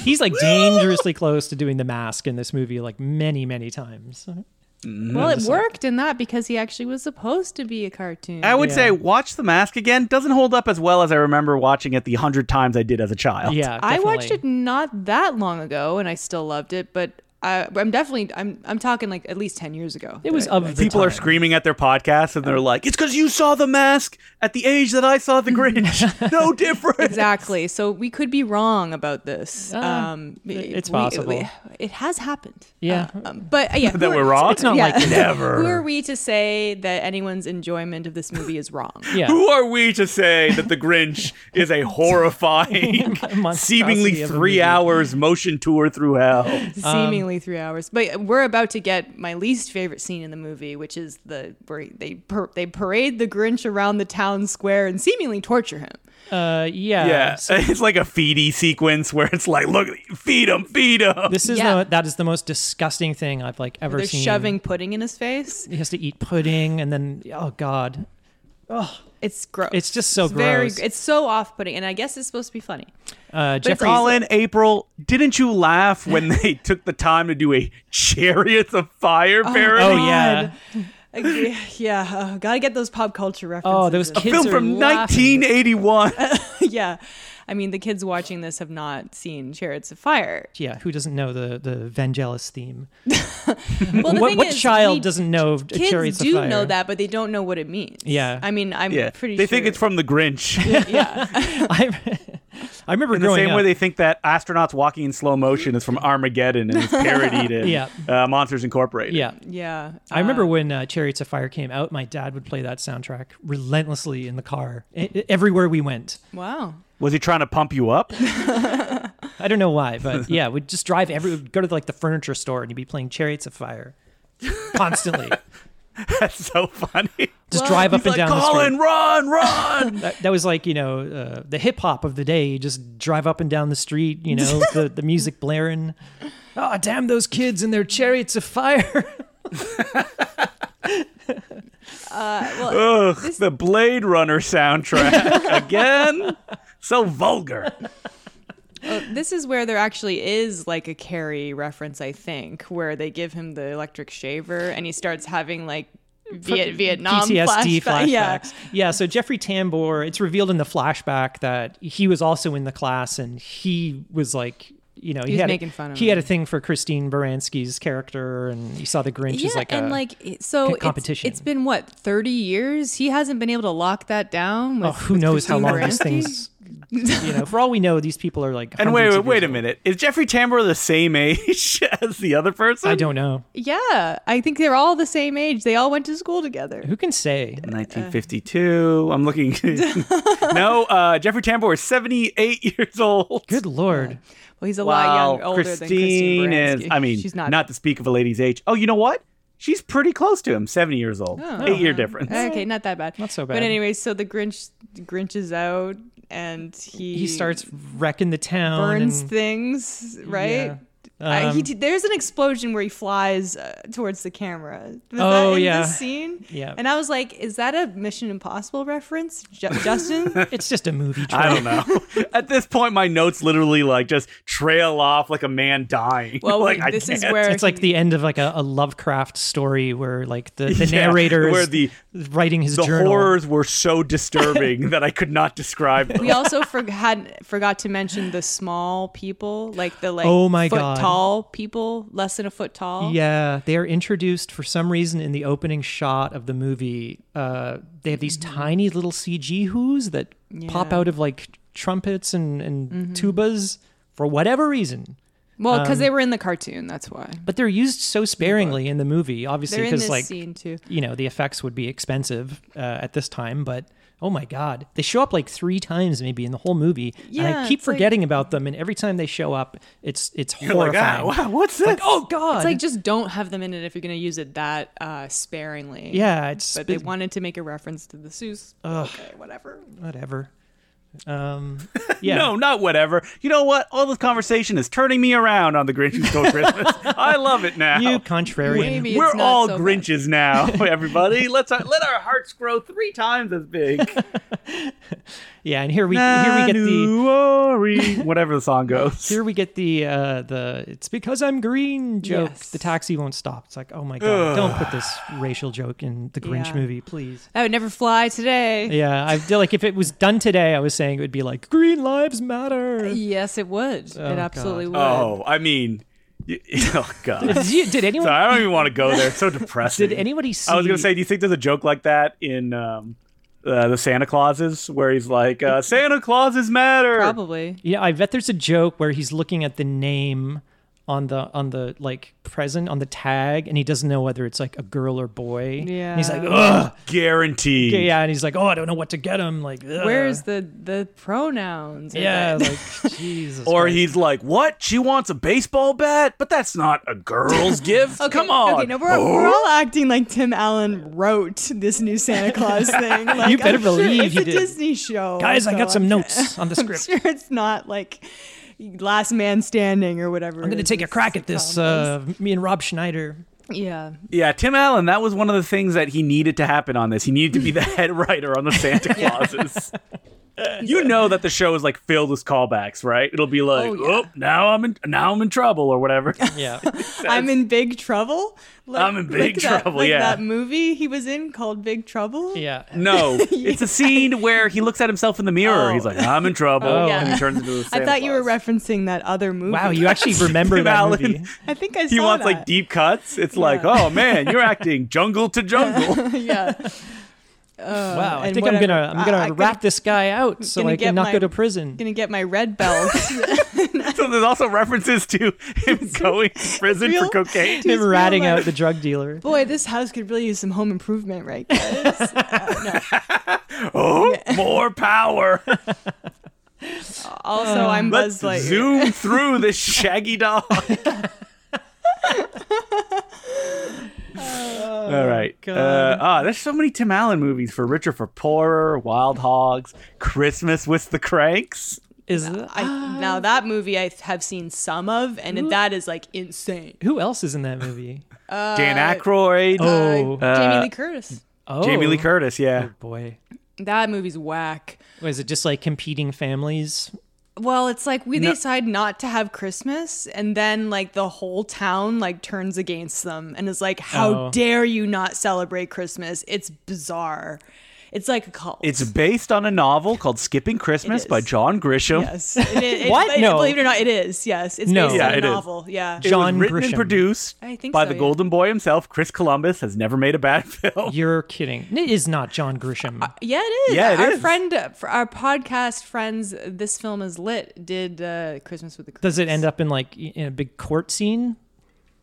S3: he's like dangerously close to doing the mask in this movie, like many, many times.
S1: Well, it worked in that because he actually was supposed to be a cartoon.
S2: I would
S3: Yeah.
S2: say watch The Mask again. Doesn't hold up as well as I remember watching it the hundred times I did as a child.
S3: Yeah,
S1: I watched
S3: definitely.
S1: it not that long ago, and I still loved it. But I, I'm definitely I'm I'm talking like at least ten years ago.
S3: It was
S1: That I-
S3: of the
S2: People are
S3: time.
S2: screaming at their podcasts and they're like, "It's because you saw The Mask at the age that I saw The Grinch. No different."
S1: exactly. So we could be wrong about this.
S3: Ah,
S1: um,
S3: it- it's
S1: we-
S3: possible.
S1: we- it has happened.
S3: Yeah.
S1: Uh, um, but uh, yeah,
S2: That
S1: who-
S2: we're wrong.
S3: It's not
S1: yeah.
S3: like
S2: Never.
S1: Who are we to say that anyone's enjoyment of this movie is wrong?
S3: Yeah,
S2: Who are we to say that The Grinch is a horrifying,
S3: monstrosity
S2: seemingly
S3: of a
S2: three
S3: movie.
S2: hours motion tour through hell?
S3: Um,
S1: Seemingly three hours, but we're about to get my least favorite scene in the movie, which is the where they par- they parade the Grinch around the town square and seemingly torture him.
S3: uh, yeah,
S2: Yeah,
S3: So
S2: it's like a feedy sequence where it's like, look, feed him, feed him.
S3: this is
S1: Yeah.
S3: the, that is the most disgusting thing I've like ever
S1: They're
S3: seen.
S1: shoving pudding in his face.
S3: He has to eat pudding, and then oh God,
S1: It's gross.
S3: It's just so
S1: Very,
S3: gross.
S1: it's so off-putting, and I guess it's supposed to be funny.
S3: uh,
S1: it's
S3: Jeffrey.
S1: all-
S2: Colin, April, didn't you laugh when they took the time to do a chariots of fire parody?
S3: Oh yeah,
S1: Like, yeah, yeah, oh, gotta get those pop culture references.
S3: Oh, those
S1: in.
S3: kids
S2: Film
S3: are
S2: from
S3: laughing.
S2: 1981.
S1: yeah. I mean, the kids watching this have not seen Chariots of Fire.
S3: yeah. Who doesn't know the the Vangelis theme?
S1: Well, the
S3: what
S1: thing
S3: what
S1: is,
S3: child
S1: we-
S3: doesn't know of
S1: Kids
S3: chariots of
S1: do
S3: fire?
S1: know that, but they don't know what it means.
S3: Yeah.
S1: I mean, I'm
S2: Yeah,
S1: pretty
S2: they
S1: sure.
S2: think it's from The Grinch.
S1: yeah.
S3: I, I remember
S2: In the
S3: growing
S2: same
S3: up.
S2: way they think that astronauts walking in slow motion is from Armageddon and it's parodied in
S3: Yeah.
S2: uh, Monsters Incorporated.
S3: yeah.
S1: yeah.
S3: I remember
S1: Um,
S3: when uh, Chariots of Fire came out, my dad would play that soundtrack relentlessly in the car, I- I- everywhere we went.
S1: Wow.
S2: Was he trying to pump you up?
S3: I don't know why, but yeah, we'd just drive every, we'd go to like the furniture store and you'd be playing Chariots of Fire constantly.
S2: That's so funny.
S3: just
S1: Well,
S3: drive up
S2: He's
S3: and
S2: like,
S3: down the
S2: Colin,
S3: street.
S2: run, run.
S3: That, that was like, you know, uh, the hip hop of the day. You just drive up and down the street, you know, the, the music blaring. Oh, damn those kids and their Chariots of Fire.
S1: Uh, well,
S2: Ugh, the Blade Runner soundtrack again. So vulgar.
S1: uh, this is where there actually is like a Carrie reference, I think, where they give him the electric shaver and he starts having like Viet- Vietnam
S3: PTSD
S1: flashback- Yeah.
S3: flashbacks. Yeah. so Jeffrey Tambor, it's revealed in the flashback that he was also in the class and he was like, you know, he,
S1: was
S3: had
S1: making
S3: a,
S1: fun of
S3: he had a
S1: him.
S3: thing for Christine Baranski's character and he saw the Grinch
S1: yeah,
S3: as like
S1: and
S3: a
S1: like it- so it's-
S3: competition.
S1: it's been what thirty years. He hasn't been able to lock that down. With,
S3: oh, who
S1: with
S3: knows how
S1: Christine
S3: long these
S1: Baranski.
S3: things you know, for all we know these people are like
S2: And wait,
S3: hundreds
S2: wait,
S3: of
S2: wait
S3: years
S2: a
S3: old.
S2: minute. Is Jeffrey Tambor the same age as the other person?
S3: I don't know.
S1: Yeah, I think they're all the same age. They all went to school together.
S3: Who can say?
S2: 1952. I'm looking. no, uh, Jeffrey Tambor is 78 years old.
S3: Good lord.
S1: Well, he's a
S2: wow,
S1: lot younger, older
S2: Christine,
S1: than Christine
S2: is.
S1: Baranski.
S2: I mean,
S1: she's
S2: not
S1: not.
S2: to speak of a lady's age. Oh, you know what? She's pretty close to him. 70 years old.
S1: Oh.
S2: Eight year difference.
S1: okay, not that bad.
S3: Not so bad.
S1: But anyway, so the Grinch, Grinch is out, and he
S3: He starts wrecking the town.
S1: burns
S3: and-
S1: things, right?
S3: Yeah.
S1: I, he
S3: Um,
S1: d- there's an explosion where he flies uh, towards the camera. Was
S3: Oh,
S1: that in
S3: yeah.
S1: this scene?
S3: Yeah.
S1: And I was like, is that a Mission Impossible reference, Ju- Justin?
S3: it's just a movie. Trope.
S2: I don't know. At this point, my notes literally like just trail off like a man dying.
S1: Well,
S2: like, I
S1: this is
S2: can't.
S1: where
S3: it's like the end of like a, a Lovecraft story where like the, the
S2: Yeah,
S3: narrator
S2: where
S3: is
S2: the-
S3: writing his
S2: the
S3: journal.
S2: horrors were so disturbing that I could not describe them.
S1: we also for- had forgot to mention the small people, like the like
S3: Oh my
S1: foot
S3: God.
S1: tall people, less than a foot tall.
S3: Yeah, they are introduced for some reason in the opening shot of the movie. Uh, they have these tiny little CG who's that pop
S1: Mm-hmm. Yeah. Mm-hmm.
S3: out of like trumpets and, and tubas for whatever reason.
S1: Well, because
S3: um,
S1: they were in the cartoon, that's why.
S3: But they're used so sparingly in the movie, obviously,
S1: They're in
S3: because
S1: this
S3: like
S1: scene too.
S3: you know the effects would be expensive uh, at this time but oh my god they show up like three times maybe in the whole movie and i
S1: Yeah,
S3: keep
S1: it's like-
S3: forgetting about them and every time they show up it's it's
S2: You're like, ah,
S3: horrifying
S2: wow, what's this?
S3: Like, oh god
S1: It's like just don't have them in it if you're going to use it that uh, sparingly.
S3: yeah it's
S1: But they wanted to make a reference to the Seuss.
S3: Ugh.
S1: Okay, whatever.
S3: whatever Um, yeah.
S2: No, not whatever. You know what? All this conversation is turning me around on the Grinch Who Stole Christmas. I love it now.
S3: You contrarian.
S1: Maybe it's
S2: We're
S1: not
S2: all
S1: so bad.
S2: Grinches now, everybody. Let's uh, let our hearts grow three times as big.
S3: Yeah, and here we here we get the
S2: Nanuori, whatever the song goes.
S3: here we get the uh the it's because I'm green joke.
S1: Yes.
S3: The taxi won't stop. It's like, oh my god, don't put this racial joke in the Grinch
S1: Yeah.
S3: movie, please.
S1: I would never fly today.
S3: Yeah, I feel like if it was done today, I was saying it would be like Green Lives Matter.
S1: Yes, it would. it absolutely would.
S2: oh, I mean, y- oh god.
S3: Did, you, did anyone
S2: Sorry, I don't even want to go there. It's so depressing.
S3: did anybody see
S2: I was gonna say, do you think there's a joke like that in um, uh, the Santa Clauses, where he's like, uh, "Santa Clauses matter"?
S1: Probably.
S3: Yeah, I bet there's a joke where he's looking at the name on the on the like present on the tag and he doesn't know whether it's like a girl or boy. And he's like,
S1: Yeah.
S3: ugh.
S2: Guaranteed.
S3: Yeah, yeah, and he's like, oh, I don't know what to get him. Like, ugh.
S1: Where's the the pronouns? Or
S3: yeah,
S1: the-
S3: like Jesus.
S2: Or
S3: Christ.
S2: he's like, "What? She wants a baseball bat, but that's not a girl's gift. Come on." Oh,
S1: Okay, no, we're, we're all acting like Tim Allen wrote this new Santa Claus thing. Like,
S3: You better
S1: I'm sure
S3: believe
S1: it's
S3: he
S1: a
S3: did.
S1: Disney show.
S3: guys, I
S1: so
S3: got some
S1: I'm-
S3: notes on the
S1: Oh, I'm
S3: script.
S1: sure it's not like Last Man Standing or whatever.
S3: I'm gonna take a crack at this. Uh, me and Rob Schneider.
S1: yeah,
S2: yeah, Tim Allen. That was one of the things that he needed to happen on this. He needed to be the head writer on the Santa Clauses. you know that the show is like filled with callbacks, right? It'll be like, "Oh,
S1: Oh, yeah.
S2: now I'm in now I'm in trouble" or whatever.
S3: Yeah,
S1: I'm in big trouble. Like,
S2: I'm in
S1: like
S2: big
S1: that-
S2: trouble,
S1: like
S2: yeah.
S1: that movie he was in called Big Trouble.
S3: yeah.
S2: No, it's a scene where he looks at himself in the mirror.
S1: Oh.
S2: He's like, "I'm in trouble,"
S1: yeah.
S2: and he turns into the Santa
S1: I thought you were
S2: Claus.
S1: referencing that other movie.
S3: Wow, you actually remember
S2: Tim
S3: that
S2: Allen.
S3: movie.
S1: I think I saw
S2: He wants
S1: that.
S2: like deep cuts. It's like, "Oh man, you're acting jungle to jungle."
S1: yeah. Uh,
S3: Wow, I
S1: and
S3: think I'm
S1: whatever.
S3: gonna I'm
S1: I-
S3: gonna
S1: I
S3: rat
S1: gotta-
S3: this guy out so
S1: gonna
S3: I
S1: get
S3: can not
S1: my-
S3: go to prison.
S1: Gonna get my red belt.
S2: so there's also references to him going to prison for
S1: real.
S2: cocaine.
S1: He's
S3: Him ratting
S1: real life.
S3: out the drug dealer.
S1: Boy, this house could really use some home improvement, right? guys? Uh, no.
S2: Oh, more power.
S1: Also,
S3: Oh.
S1: I'm
S2: Let's
S1: Buzz Lightyear.
S2: zoom through this shaggy dog. All right.
S1: Oh,
S2: Uh, ah, there's so many Tim Allen movies for richer, for poorer, Wild Hogs, Christmas with the Cranks.
S3: Is that-
S1: I, now that movie I have seen some of, and that is like insane.
S3: who else is in that movie?
S1: Uh,
S2: Dan Aykroyd,
S3: Oh,
S2: Uh,
S1: Jamie Lee Curtis.
S3: oh,
S2: Jamie Lee Curtis. Yeah.
S3: Boy,
S1: That movie's whack.
S3: was it just like competing families?
S1: Well, it's like we decide not to have Christmas, and then like the whole town like turns against them and is like, "How
S3: Oh.
S1: dare you not celebrate Christmas?" It's bizarre. It's like a cult.
S2: It's based on a novel called Skipping Christmas by
S1: is.
S2: John Grisham.
S1: yes. It is,
S3: What?
S1: It's,
S3: No.
S1: Believe it or not, it is. Yes. It's
S3: No.
S1: based
S3: Yeah,
S1: on a
S2: it is.
S1: novel. Yeah.
S2: It
S3: John
S2: was written
S3: Grisham.
S2: and produced
S1: I think
S2: by
S1: so,
S2: the
S1: yeah.
S2: golden boy himself, Chris Columbus, has never made a bad
S1: Oh.
S2: film.
S3: You're kidding. It is not John Grisham.
S1: Yeah, it is.
S2: Yeah, it
S1: our
S2: is.
S1: friend, our podcast friends, this film is lit. Did uh, Christmas with the Cranks.
S3: Does it end up in like y- in a big court scene?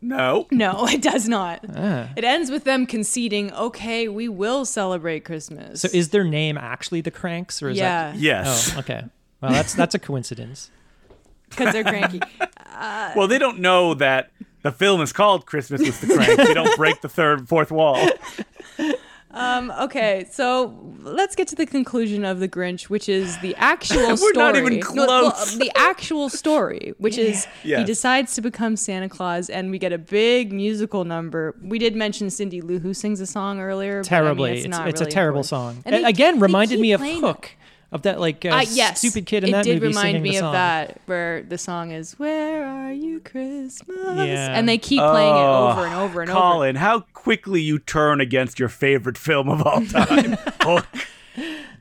S2: No.
S1: No, it does not.
S3: Ah.
S1: It ends with them conceding. Okay, we will celebrate Christmas.
S3: So is their name actually the Cranks, or is
S1: yeah,
S3: that?
S2: Yes.
S3: Oh, okay. Well, that's that's a coincidence.
S1: because they're cranky.
S2: Well, they don't know that the film is called Christmas with the Cranks. they don't break the third, fourth wall.
S1: um, okay, so let's get to the conclusion of the Grinch, which is the actual
S2: We're
S1: story.
S2: not even
S1: No, well,
S2: close.
S1: the actual story, which is he
S2: Yes.
S1: decides to become Santa Claus, and we get a big musical number. We did mention Cindy Lou Who sings a song earlier. but, I mean,
S3: Terribly,
S1: it's,
S3: it's,
S1: not
S3: it's
S1: really
S3: a terrible
S1: important.
S3: song.
S1: And they-
S3: A- Again,
S1: they
S3: reminded
S1: keep
S3: me of
S1: playing that.
S3: Hook, of that like uh,
S1: Uh, yes,
S3: stupid kid in
S1: it
S3: that
S1: did
S3: movie
S1: remind
S3: singing
S1: me
S3: the
S1: of
S3: song.
S1: that, where the song is "Where Are You Christmas,"
S3: Yeah.
S1: and they keep playing
S2: Oh,
S1: it over and over and over.
S2: Colin, how quickly you turn against your favorite film of all time. Hook.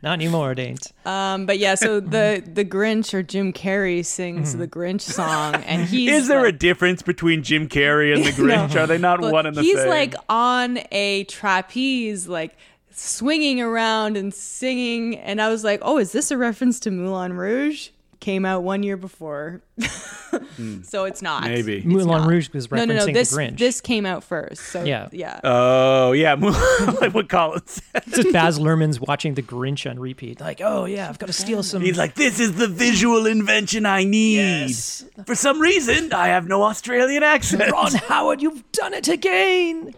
S3: Not anymore, it ain't.
S1: Um, but yeah, so the the Grinch or Jim Carrey sings the Grinch song, and he's
S2: Mm-hmm. Is there a
S1: like,
S2: difference between Jim Carrey and the Grinch? Are they not
S1: Well,
S2: one and the
S1: he's
S2: same?
S1: like on a trapeze, like swinging around and singing. And I was like, oh, is this a reference to Moulin Rouge? Came out one year before, so it's not.
S2: Hmm. Maybe.
S1: It's
S3: Moulin
S1: not.
S3: Rouge was
S1: No, no, no.
S3: referencing
S1: This
S3: the Grinch.
S1: this came out first. So
S3: Yeah.
S1: yeah, yeah.
S2: oh yeah, like what Colin said.
S3: It's just Baz Luhrmann's watching the Grinch on repeat. Like, oh yeah, I've got to steal some.
S2: He's like, this is the visual invention I need.
S3: Yes.
S2: For some reason, I have no Australian accent.
S3: Ron Howard, you've done it again.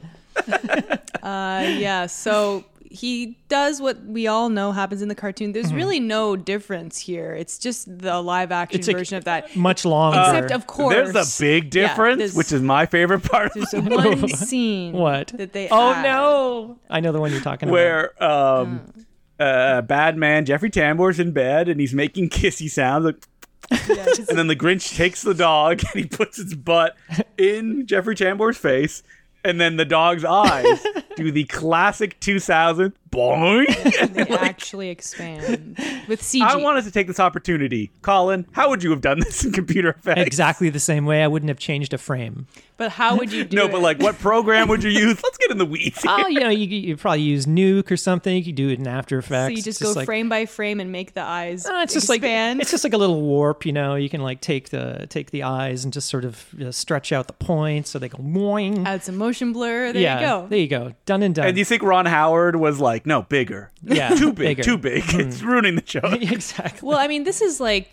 S1: Uh, yeah. So he does what we all know happens in the cartoon. There's
S3: Mm-hmm.
S1: really no difference here. It's just the live action
S3: It's like-
S1: version of that.
S3: Much longer.
S1: Except of course,
S2: There's a big difference, which is my favorite part of
S1: there's a one scene.
S3: what?
S1: that they?
S3: oh
S1: add.
S3: no! I know the one you're talking about.
S2: where um uh bad man Jeffrey Tambor's in bed and he's making kissy sounds like
S1: Yes.
S2: and then the Grinch takes the dog and he puts its butt in Jeffrey Tambor's face and then the dog's eyes do the classic 2000 boing.
S1: they actually expand with CG.
S2: I wanted to take this opportunity. Colin, how would you have done this in computer effects?
S3: Exactly the same way. I wouldn't have changed a frame.
S1: but how would you do?
S2: No,
S1: it?
S2: but like what program would you use? Let's get in the weeds. here.
S3: Oh, you know, you, you probably use Nuke or something. You could do it in After Effects.
S1: So you
S3: It's
S1: just go
S3: like,
S1: frame by frame and make the eyes
S3: Uh, it's just
S1: expand.
S3: like it's just like a little warp, you know. You can like take the take the eyes and just sort of uh, stretch out the points so they go moing.
S1: add some motion blur. Uh, There
S3: yeah,
S1: you go.
S3: there you go, done and done.
S2: And you think Ron Howard was like, no, bigger. Mm.
S3: Yeah,
S2: too big,
S3: bigger.
S2: too big. It's ruining the show.
S3: exactly.
S1: well, I mean, this is like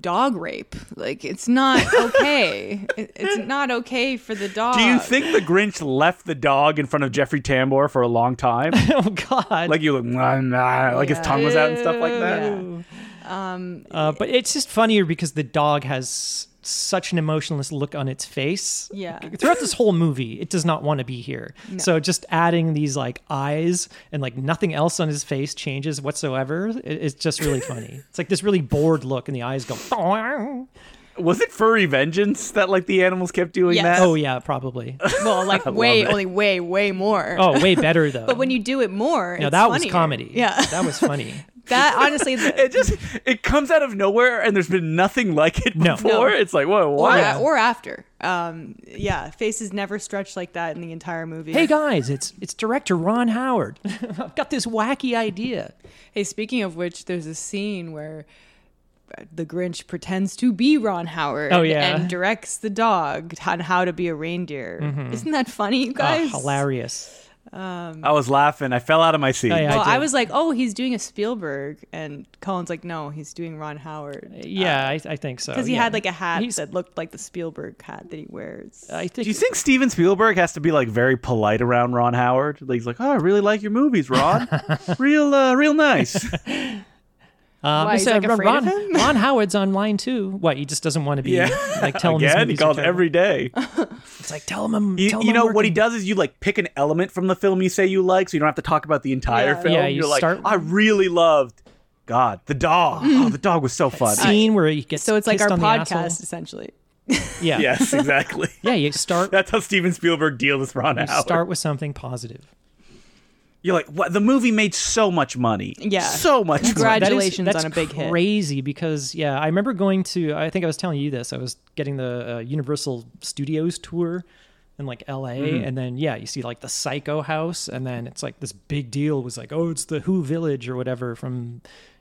S1: dog rape. Like it's not okay. It- it's not okay for the dog.
S2: Do you think the Grinch left the dog in front of Jeffrey Tambor for a long time?
S3: oh God.
S2: Like you look, "Mwah, mwah," like his
S1: Yeah.
S2: tongue was out and stuff like that.
S1: Yeah.
S3: uh, but it's just funnier because the dog has such an emotionless look on its face.
S1: Yeah.
S3: Throughout this whole movie, it does not want to be here. So just adding these like eyes and like nothing else on his face changes whatsoever. It, it's just really funny. it's like this really bored look, and the eyes go. "Boing."
S2: Was it Furry Vengeance that like the animals kept doing
S1: Yes.
S2: that?
S3: Oh yeah, probably.
S1: Well, like way,
S2: it.
S1: only way, way more.
S3: Oh, way better though.
S1: But when you do it more,
S3: no,
S1: it's
S3: that
S1: funnier.
S3: was comedy.
S1: Yeah,
S3: that was funny.
S1: that honestly, the,
S2: It just it comes out of nowhere and there's been nothing like it
S3: No.
S2: before.
S1: No.
S2: It's like, whoa,
S1: or,
S2: what?
S1: or after. Um, yeah, faces never stretch like that in the entire movie.
S3: Hey guys, it's it's director Ron Howard. I've got this wacky idea.
S1: Hey, speaking of which, there's a scene where the Grinch pretends to be Ron Howard
S3: Oh, yeah.
S1: and directs the dog on how to be a reindeer. Isn't that funny, you
S3: Ah,
S1: guys?
S3: Mm-hmm. hilarious.
S2: I was laughing. I fell out of my seat.
S3: yeah.
S1: Well, I,
S3: I did.
S1: was like, oh, he's doing a Spielberg. And Colin's like, no, he's doing Ron Howard.
S3: Yeah, I, I think so.
S1: Because Uh, he
S3: Oh, yeah.
S1: had like a hat
S3: He's- Uh,
S1: that looked like the Spielberg hat that he wears.
S3: I think
S2: Do you think Steven Spielberg has to be like very polite around Ron Howard? Like, he's like, "Oh, I really like your movies, Ron. real, uh, real nice."
S3: Uh,
S1: Why, he's,
S3: Mr.
S1: like,
S3: Ron,
S1: afraid of him?
S3: Ron Howard's on line too. What he just doesn't want to be
S2: Yeah.
S3: like tell him. his
S2: Again, he
S3: movies are
S2: calls
S3: terrible.
S2: every day.
S3: It's like tell him. I'm-
S2: You,
S3: tell him
S2: you
S3: I'm
S2: know what he
S3: working-
S2: does is you like pick an element from the film you say you like, so you don't have to talk about the entire
S1: Yeah.
S2: film.
S3: Yeah, you
S2: you are like,
S3: start- Mm.
S2: I really loved God, the dog. oh, the dog was so fun.
S3: Scene where he gets
S1: so it's like
S3: kissed
S1: our
S3: on the
S1: podcast,
S3: asshole.
S1: essentially.
S3: Yeah, yeah,
S2: yes, exactly.
S3: yeah. You start.
S2: That's how Steven Spielberg deals with Ron
S3: You
S2: Howard.
S3: start with something positive.
S2: You're like, what? The movie made so much money.
S1: Yeah.
S2: so much. money.
S1: Congrats. Congratulations
S3: that is, that's
S1: on a big hit.
S3: Crazy because yeah, I remember going to. I think I was telling you this. I was getting the uh, Universal Studios tour in like L.A.
S2: Mm-hmm.
S3: and then yeah, you see like the Psycho House, and then it's like this big deal was like oh, it's the Who Village or whatever from.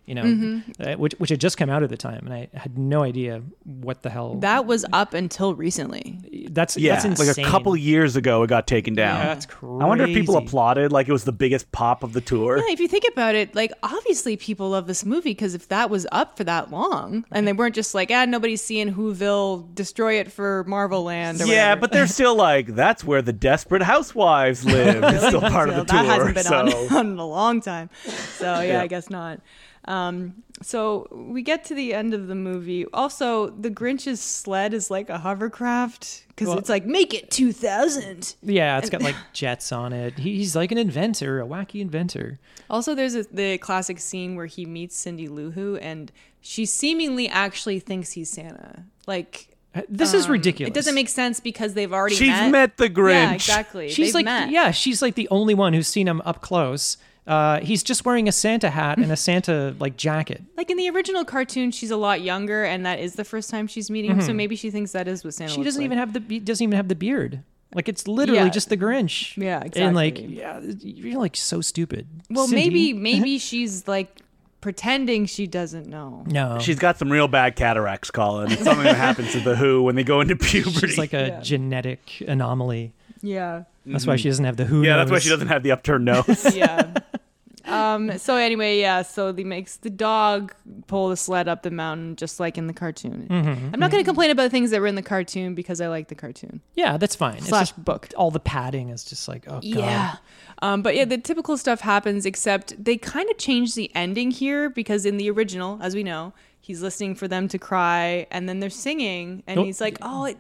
S3: You know,
S1: Mm-hmm.
S3: uh, which which had just come out at the time, and I had no idea what the hell
S1: That was up until recently.
S3: that's
S2: Yeah,
S3: that's insane.
S2: like a couple years ago, it got taken down.
S3: Yeah, that's
S2: I wonder if people
S3: crazy.
S2: applauded like it was the biggest pop of the tour.
S1: Yeah, if you think about it, like obviously people love this movie because if that was up for that long and they weren't just like, ah, nobody's seeing Whoville destroy it for Marvel Land. Or
S2: Yeah,
S1: whatever."
S2: but they're still like, that's where the desperate housewives live. It's still part
S1: So
S2: of the tour.
S1: that hasn't been
S2: so.
S1: on, on in a long time. So yeah,
S2: Yeah.
S1: I guess not. Um, so we get to the end of the movie. Also, the Grinch's sled is like a hovercraft because it's like make it two thousand.
S3: Yeah, it's got like jets on it. He- He's like an inventor, a wacky inventor.
S1: Also, there's a, the classic scene where he meets Cindy Lou Who, and she seemingly actually thinks he's Santa. Like
S3: Uh, This is ridiculous.
S1: Um, It doesn't make sense because they've already
S2: She's
S1: met.
S2: met the Grinch.
S1: Yeah, exactly.
S3: She's
S1: They've
S3: like,
S1: met.
S3: yeah, she's like the only one who's seen him up close. Uh, he's just wearing a Santa hat and a Santa like jacket.
S1: Like in the original cartoon, she's a lot younger, and that is the first time she's meeting him. So maybe she thinks that is what Santa.
S3: Mm-hmm. She
S1: looks
S3: doesn't
S1: like.
S3: even have the he doesn't even have the beard. Like it's literally
S1: Yeah.
S3: just the Grinch.
S1: Yeah,
S3: And like,
S1: exactly.
S3: yeah, you're like so stupid.
S1: Well, maybe
S3: Cindy.
S1: maybe she's like pretending she doesn't know.
S3: no.
S2: She's got some real bad cataracts, Colin. It's something that happens to the Who when they go into puberty.
S3: She's like a
S1: Yeah.
S3: genetic anomaly.
S1: Yeah.
S3: That's why she doesn't have the who.
S2: Mm-hmm. yeah, that's why
S3: knows.
S2: she doesn't have the upturned nose.
S1: Yeah. Um, so anyway, yeah. So he makes the dog pull the sled up the mountain, just like in the cartoon.
S3: Mm-hmm,
S1: I'm not going to complain about things that were in the cartoon because I like the cartoon
S3: Yeah, that's fine. It's
S1: slash
S3: just
S1: book.
S3: all the padding is just like, oh god.
S1: Yeah. Um, but yeah, the typical stuff happens, except they kind of changed the ending here because in the original, as we know, he's listening for them to cry and then they're singing and
S3: Nope.
S1: he's like, oh, it,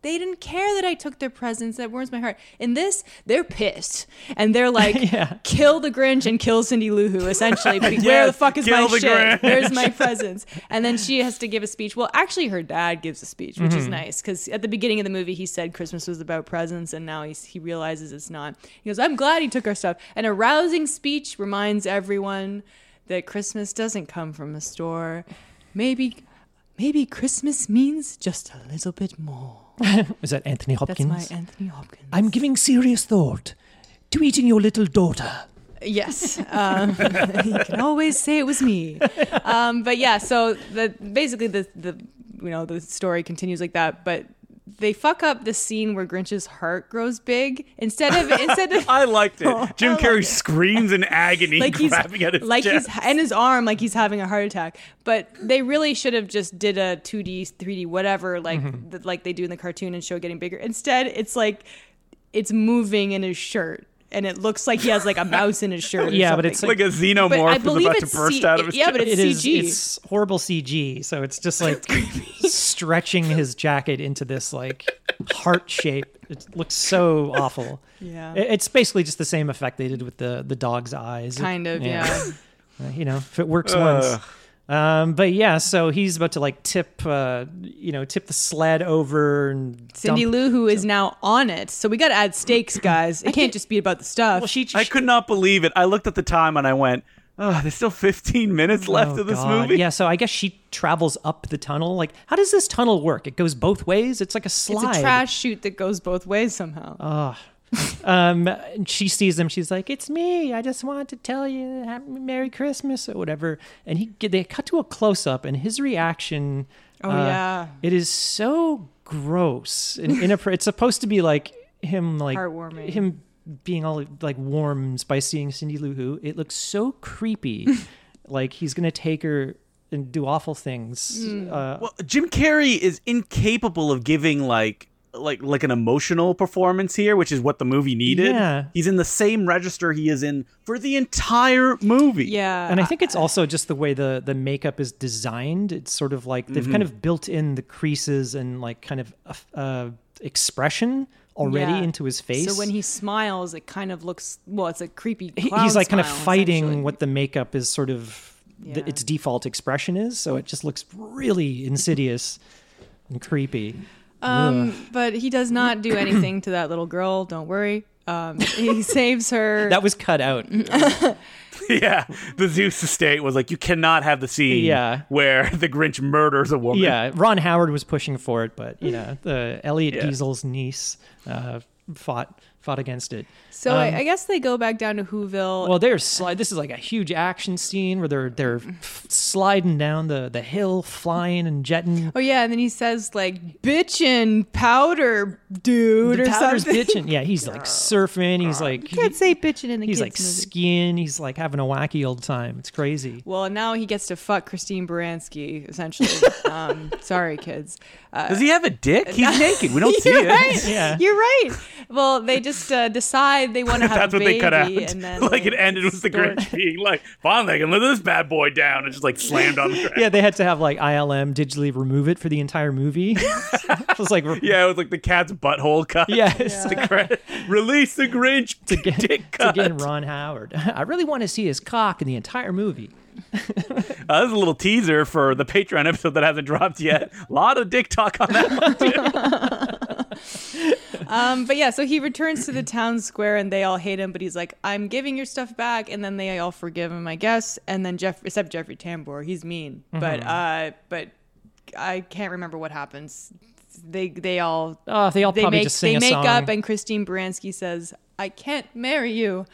S1: they didn't care that I took their presents. That warms my heart. In this, they're pissed and they're like, kill the Grinch and kill Cindy Lou Who, essentially. But where the fuck is
S2: kill
S1: my
S2: the
S1: shit?
S2: Grinch.
S1: Where's my presents? And then she has to give a speech. Well, actually, her dad gives a speech, which
S2: Mm-hmm.
S1: is nice because at the beginning of the movie, he said Christmas was about presents, and now he's, he realizes it's not. He goes, I'm glad he took our stuff. And a rousing speech reminds everyone that Christmas doesn't come from a store. Maybe. Maybe Christmas means just a little bit more.
S3: Is that Anthony
S1: That's
S3: Hopkins?
S1: my Anthony Hopkins.
S3: I'm giving serious thought to eating your little daughter.
S1: Yes, um, you can always say it was me. Um, but yeah, so the basically the the you know the story continues like that, but they fuck up the scene where Grinch's heart grows big instead of instead of
S2: I liked
S1: Oh,
S2: it. Jim
S1: I
S2: Carrey
S1: like it.
S2: screams in agony,
S1: like he's
S2: grabbing at his
S1: like
S2: chest.
S1: he's and his arm like he's having a heart attack. But they really should have just did a two D, three D, whatever like th- like they do in the cartoon and show getting bigger. Instead, it's like it's moving in his shirt. And it looks like he has like a mouse in his shirt. or
S3: Yeah, but
S1: something.
S3: it's
S2: like a xenomorph was
S1: believe
S2: about to
S1: it's
S2: burst
S1: C-
S2: out of his
S1: yeah,
S2: chest.
S1: but
S3: It
S1: It's
S3: is.
S1: CG.
S3: It's horrible CG. So it's just like stretching his jacket into this like heart shape. It looks so awful.
S1: Yeah.
S3: It- It's basically just the same effect they did with the the dog's eyes.
S1: Kind of, yeah.
S3: Uh, You know, if it works
S2: Ugh.
S3: once. Um, but yeah, so he's about to like tip, uh, you know, tip the sled over and
S1: Cindy
S3: dump-
S1: Lou Who is now on it, so we got to add stakes, guys. It can't just be about the stuff.
S3: Well, she,
S2: I could not believe it. I looked at the time and I went, oh, there's still 15 minutes left
S3: Oh,
S2: of this
S3: God.
S2: movie.
S3: Yeah, so I guess she travels up the tunnel. Like, how does this tunnel work? It goes both ways. It's like a
S1: it's
S3: slide.
S1: a trash chute that goes both ways somehow.
S3: Uh, Um, and she sees them. She's like, "It's me. I just wanted to tell you happy Merry Christmas or whatever." And he they cut to a close up, and his reaction.
S1: Oh, yeah.
S3: it is so gross and inappropri- It's supposed to be like him, like
S1: Heartwarming.
S3: him being all like warmed by seeing Cindy Lou Who. It looks so creepy, like he's gonna take her and do awful things. Uh,
S2: Well, Jim Carrey is incapable of giving like like like an emotional performance here, which is what the movie needed.
S3: Yeah.
S2: He's in the same register he is in for the entire movie.
S1: yeah,
S3: and I think it's also just the way the the makeup is designed. It's sort of like they've kind of built in the creases and like kind of uh, expression already
S1: Yeah.
S3: into his face.
S1: So when he smiles, it kind of looks well. It's a creepy.
S3: He-
S1: clown
S3: he's like kind of
S1: smile,
S3: fighting
S1: essentially.
S3: what the makeup is sort of
S1: Yeah.
S3: the, its default expression is. So it just looks really insidious and creepy.
S1: Um, but he does not do anything to that little girl. Don't worry. Um, he saves her.
S3: That was cut out.
S2: Yeah. The Zeus estate was like, you cannot have the scene
S3: Yeah.
S2: where the Grinch murders a woman.
S3: yeah, Ron Howard was pushing for it, but you know, the Elliot
S2: Yeah.
S3: Diesel's niece uh, fought fought against it.
S1: so I, I guess they go back down to Whoville.
S3: um, Well, there's slide. This is like a huge action scene where they're they're f- sliding down the the hill, flying and jetting.
S1: oh yeah, and then he says like bitchin' powder dude
S3: The
S1: or
S3: powder's
S1: something.
S3: bitching. Yeah, he's like surfing. He's like
S1: can't say bitching in the kids
S3: he's like
S1: movie.
S3: skiing. He's like having a wacky old time. It's crazy.
S1: Well, now he gets to fuck Christine Baranski, essentially. um, sorry, kids. Uh,
S2: Does he have a dick? He's naked. We don't see
S1: you're
S2: it.
S1: right.
S3: Yeah.
S1: You're right. Well, they just uh, decide they want to have
S2: That's
S1: a
S2: what they
S1: baby,
S2: cut out.
S1: and then
S2: like
S1: they
S2: it ended with the
S1: store-
S2: Grinch being like, "Finally, I can let this bad boy down," and just like slammed on the ground.
S3: Yeah, they had to have like ILM digitally remove it for the entire movie. it was like yeah,
S2: Yeah, it was like the cat's butthole cut.
S3: it's
S2: The credit. Release the Grinch to
S3: again-
S2: dick
S3: it's
S2: cut.
S3: again Ron Howard. I really want to see his cock in the entire movie.
S2: Uh, this is a little teaser for the Patreon episode that hasn't dropped yet. A lot of dick talk on that one.
S1: Um, but yeah, so he returns to the town square and they all hate him, but he's like, I'm giving your stuff back. And then they all forgive him, I guess. And then Jeff, except Jeffrey Tambor, he's mean, but,
S2: Mm-hmm.
S1: uh, but I can't remember what happens. They, they all,
S3: Oh, they all
S1: they
S3: probably
S1: make,
S3: just sing
S1: they
S3: a
S1: make
S3: song.
S1: up and Christine Baranski says, I can't marry you.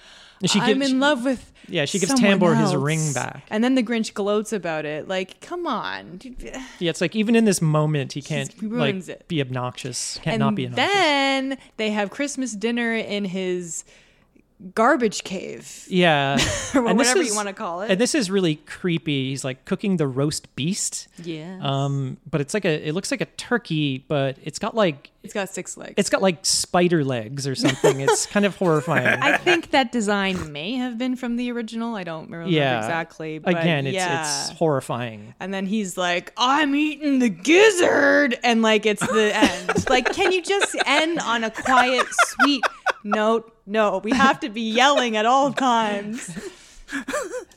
S3: she
S1: I'm
S3: gives-
S1: in love with.
S3: Yeah, she gives
S1: someone
S3: Tambor his
S1: else."
S3: ring back.
S1: And then the Grinch gloats about it. Like, come on.
S3: Yeah, it's like even in this moment, he can't
S1: he
S3: like
S1: ruins it.
S3: be obnoxious. Can't
S1: and
S3: not be obnoxious.
S1: then they have Christmas dinner in his garbage cave
S3: Yeah.
S1: or
S3: And this
S1: whatever
S3: is-
S1: you want to call
S3: And
S1: it.
S3: this is really creepy. He's like cooking the roast beast.
S1: Yeah,
S3: Um, but it's like a it looks like a turkey, but it's got like
S1: it's got six legs.
S3: it's got like spider legs or something. It's kind of horrifying.
S1: I think that design may have been from the original. I don't remember
S3: yeah.
S1: exactly. But
S3: Again, it's
S1: yeah.
S3: it's horrifying.
S1: And then he's like, I'm eating the gizzard. And like, it's the end. like, can you just end on a quiet, sweet note? No, we have to be yelling at all times.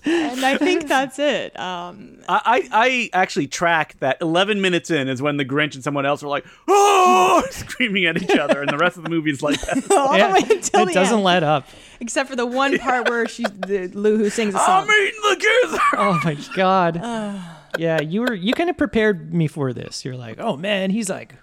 S1: and I think that's it. Um,
S2: I, I I actually track that 11 minutes in is when the Grinch and someone else are like, oh, screaming at each other. And the rest of the movie is like, that.
S1: all
S3: Oh, Yeah,
S1: the way until
S3: it
S1: the
S3: doesn't
S1: end.
S3: let up.
S1: Except for the one part where she's the Lou who sings a
S2: I'm
S1: song.
S2: eating the gizzard.
S3: Oh my god. yeah, you were you kind of prepared me for this. You're like, oh man, he's like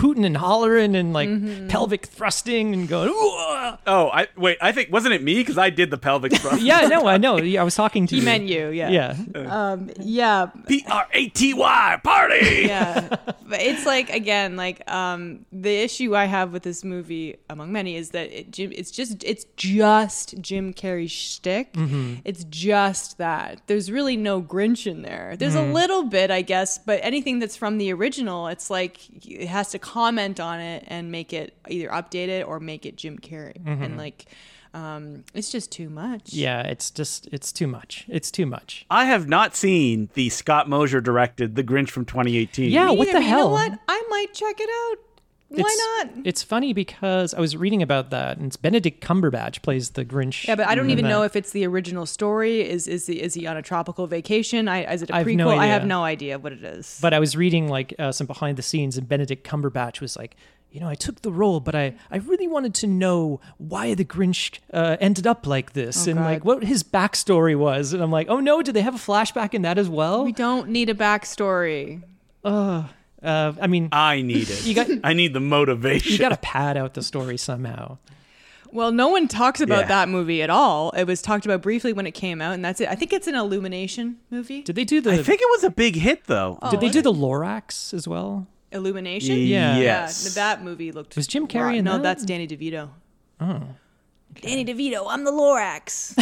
S3: hooting and hollering and like
S1: Mm-hmm.
S3: pelvic thrusting and going. "Ooh-ah."
S2: Oh, I wait. I think wasn't it me because I did the pelvic thrust.
S3: Yeah, no, I know. Yeah, I was talking to
S1: He
S3: you.
S1: meant you, yeah.
S3: Yeah,
S1: Um, yeah.
S2: P R A T Y party.
S1: yeah but it's like again like um the issue i have with this movie among many is that it, Jim, it's just it's just jim carrey's shtick
S3: Mm-hmm.
S1: it's just that there's really no grinch in there there's
S3: Mm.
S1: a little bit i guess but anything that's from the original it's like it has to comment on it and make it either update it or make it jim carrey and like um it's just too much
S3: Mm-hmm. yeah. It's just it's too much. It's too much.
S2: I have not seen the Scott Mosher directed The Grinch from 2018.
S3: Yeah,
S1: Me
S3: what
S1: neither,
S3: the
S1: but you
S3: hell?
S1: know what i might check it out why
S3: It's-
S1: not
S3: It's funny because I was reading about that, and it's Benedict Cumberbatch plays the Grinch.
S1: Yeah, but I don't
S3: in
S1: even
S3: that.
S1: know if it's the original story. Is is he, is he on a tropical vacation? I, is it a
S3: I have
S1: prequel?
S3: no
S1: I have
S3: idea.
S1: no idea what it is.
S3: But I was reading like uh, some behind the scenes, and Benedict Cumberbatch was like, you know, I took the role, but I, I really wanted to know why the Grinch uh, ended up like this, and
S1: Oh, God.
S3: like what his backstory was. And I'm like, oh no, did they have a flashback in that as well?
S1: we don't need a backstory.
S3: Uh, I mean,
S1: Oh,
S2: I need it.
S3: You got-
S2: I need the motivation.
S3: you got to pad out the story somehow.
S1: Well, no one talks about
S2: Yeah.
S1: that movie at all. It was talked about briefly when it came out, and that's it. I think it's an Illumination movie.
S3: Did they do the?
S2: I think it was a big hit though.
S1: Oh,
S3: did they do the Lorax as well?
S1: Illumination.
S3: Yeah.
S2: Yes.
S1: that movie looked.
S3: Was Jim Carrey
S1: rotten.
S3: in
S1: No,
S3: that?
S1: that's Danny DeVito. Oh. Danny DeVito, I'm the Lorax.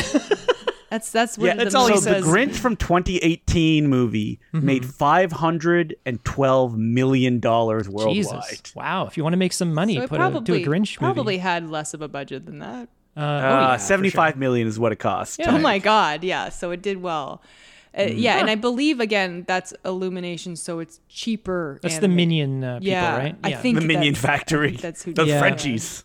S1: that's that's what
S2: yeah,
S1: the
S2: that's all he
S1: movie
S2: says.
S1: says.
S2: The Grinch from 2018 movie
S3: Mm-hmm.
S2: made 512 million dollars worldwide.
S3: Jesus, wow! If you want to make some money,
S1: So it
S3: put
S1: probably,
S3: a, do a Grinch movie.
S1: probably had less of a budget than that.
S3: uh,
S2: Uh,
S3: oh, yeah, for sure.
S2: 75 million is what it costs.
S3: Yeah.
S1: Oh my God. Yeah. So it did well. Uh,
S3: Mm-hmm.
S1: yeah. And I believe, again, that's Illumination. So it's cheaper.
S3: That's the
S1: anime.
S3: Minion uh, people,
S1: Yeah,
S3: right?
S1: I think
S2: The Minion
S1: that's- I
S2: Factory.
S1: think that's who
S2: the
S1: did
S3: Yeah.
S2: Frenchies.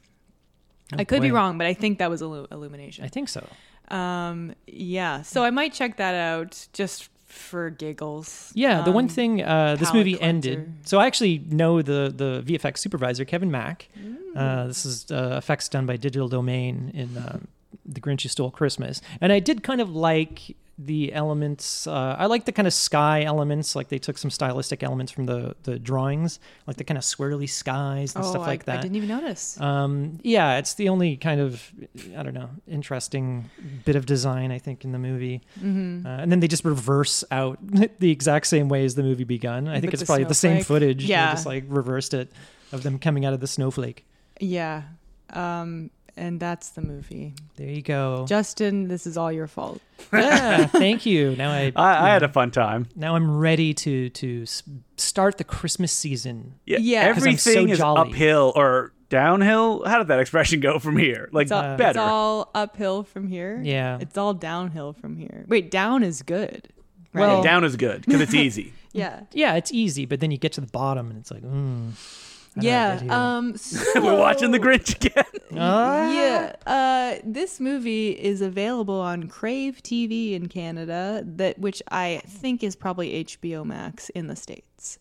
S1: I could be
S3: boy.
S1: wrong, but I think that was Illu-
S3: I
S1: Illumination.
S3: think so.
S1: Um, yeah. So I might check that out just for giggles.
S3: Yeah, the one
S1: Um,
S3: thing uh, this
S1: palate
S3: movie
S1: cleanser.
S3: ended. So I actually know the the VFX supervisor Kevin Mack.
S1: Mm.
S3: Uh, this is uh, effects done by Digital Domain in um, The Grinch Who Stole Christmas, and I did kind of like the elements. Uh, I like the kind of sky elements, like they took some stylistic elements from the the drawings, like the kind of swirly skies and
S1: oh,
S3: stuff
S1: I-
S3: like
S1: I
S3: that.
S1: didn't even notice.
S3: Um, yeah, it's the only kind of I don't know interesting bit of design I think in the movie. Mm-hmm. Uh, and then they just reverse out the exact same way as the movie begun. I think
S1: With
S3: it's
S1: the
S3: probably the same
S1: snowflake.
S3: footage. They
S1: Yeah.
S3: just like reversed it of them coming out of the snowflake.
S1: yeah. Um, and that's the movie.
S3: There you go.
S1: Justin, this is all your fault.
S3: yeah, thank you. Now I,
S1: Uh,
S2: I, I had a fun time.
S3: now I'm ready to to s- start the Christmas season.
S2: Yeah,
S1: Yeah. 'Cause
S3: I'm so
S2: everything is
S3: jolly.
S2: uphill or downhill. How did that expression go from here? Like
S1: It's all,
S2: better.
S1: it's all uphill from here.
S3: Uh, Yeah.
S1: It's all downhill from here. Wait, down is good. Right?
S3: Well-
S2: Down is good because it's easy.
S1: yeah.
S3: Yeah, it's easy, but then you get to the bottom and it's like, mm, I don't
S1: Yeah.
S3: get here.
S1: Um, so,
S2: We're watching The Grinch again.
S3: Ah.
S1: Yeah. Uh, this movie is available on Crave TV in Canada, that which I think is probably HBO Max in the states.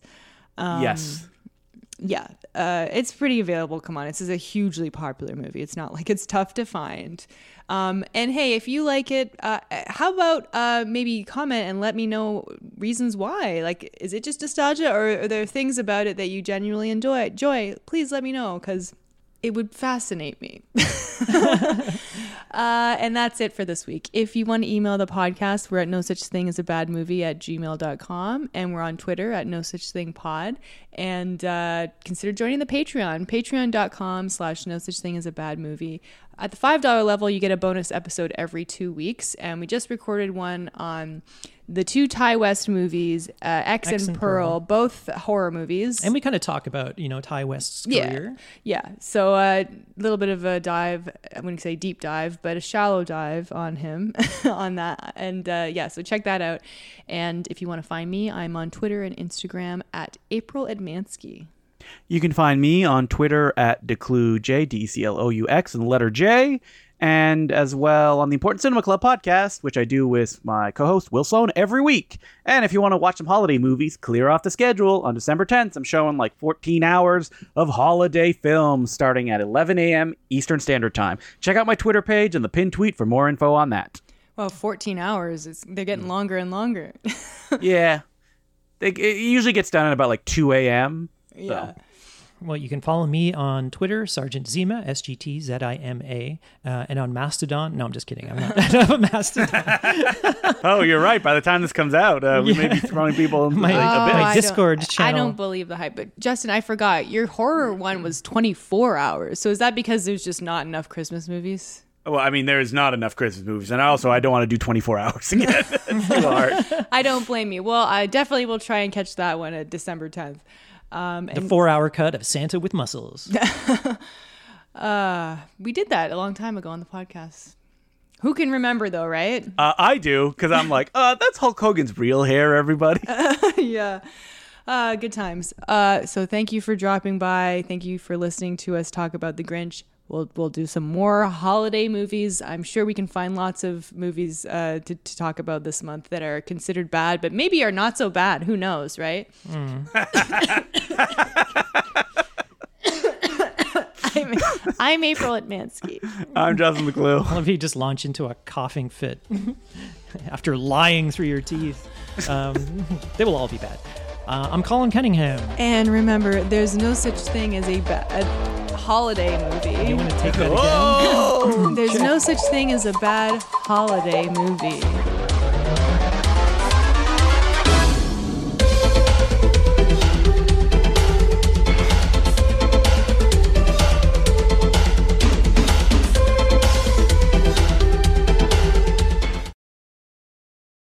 S3: Um,
S1: Um,
S2: yes.
S1: Yeah. Uh, it's pretty available. Come on, this is a hugely popular movie. It's not like it's tough to find. Um, and hey, if you like it, uh, how about uh, maybe comment and let me know reasons why? Like, is it just nostalgia, or are there things about it that you genuinely enjoy? Joy, please let me know because it would fascinate me. uh, and that's it for this week. If you want to email the podcast, we're at no such thing as a bad movie at gmail.com. And we're on Twitter at no such thing pod. And uh, consider joining the Patreon, patreon.com slash no such thing as a bad movie. At the $5 level, you get a bonus episode every two weeks. And we just recorded one on the two Ty West movies, uh, X, and, Pearl, both horror movies.
S3: And we kind of talk about, you know, Ty West's career.
S1: Yeah. Yeah. So a little bit of a dive. I wouldn't say deep dive, but a shallow dive on him on that. And uh, yeah, so check that out. And if you want to find me, I'm on Twitter and Instagram at April Edmansky.
S2: You can find me on Twitter at Declue J D E C L O U X and the letter J, and as well on the Important Cinema Club podcast, which I do with my co-host Will Sloan every week. And if you want to watch some holiday movies, clear off the schedule on December 10th. I'm showing like 14 hours of holiday films starting at 11 a.m. Eastern Standard Time. Check out my Twitter page and the pinned tweet for more info on that.
S1: Well, 14 hours. It's, they're getting
S3: Mm.
S1: longer and longer.
S2: yeah, They- it usually gets done at about like 2 a.m. so.
S1: yeah.
S3: Well, you can follow me on Twitter, Sergeant Zima, S G T Z I M A, uh, and on Mastodon. No, I'm just kidding. I'm not I don't have a Mastodon.
S2: Oh, you're right. By the time this comes out, uh, we may be throwing people like,
S3: My- my
S1: Oh, I don't-
S3: Discord
S1: I
S3: channel.
S1: don't believe the hype, but Justin, I forgot your horror one was 24 hours. So is that because there's just not enough Christmas movies?
S2: Well, I mean, there is not enough Christmas movies, and also I don't want to do 24 hours again. it's too hard.
S1: I don't blame you. Well, I definitely will try and catch that one at December 10th. Um,
S3: the
S1: and
S3: four hour cut of Santa with Muscles.
S1: uh, we did that a long time ago on the podcast. Who can remember though, right?
S2: Uh, I do because I'm like, uh, that's Hulk Hogan's real hair, everybody.
S1: yeah. Uh, good times. Uh, so thank you for dropping by. Thank you for listening to us talk about the Grinch. We'll we'll do some more holiday movies. I'm sure we can find lots of movies uh, to to talk about this month that are considered bad, but maybe are not so bad. Who knows, right? I'm, I'm April Atmansky.
S2: I'm Justin the Glue.
S3: All of you just launch into a coughing fit after lying through your teeth. Um, they will all be bad. Uh, I'm Colin Cunningham.
S1: And remember, there's no such thing as a, ba- a holiday movie.
S3: You want to take that again?
S2: Oh!
S1: There's no such thing as a bad holiday movie.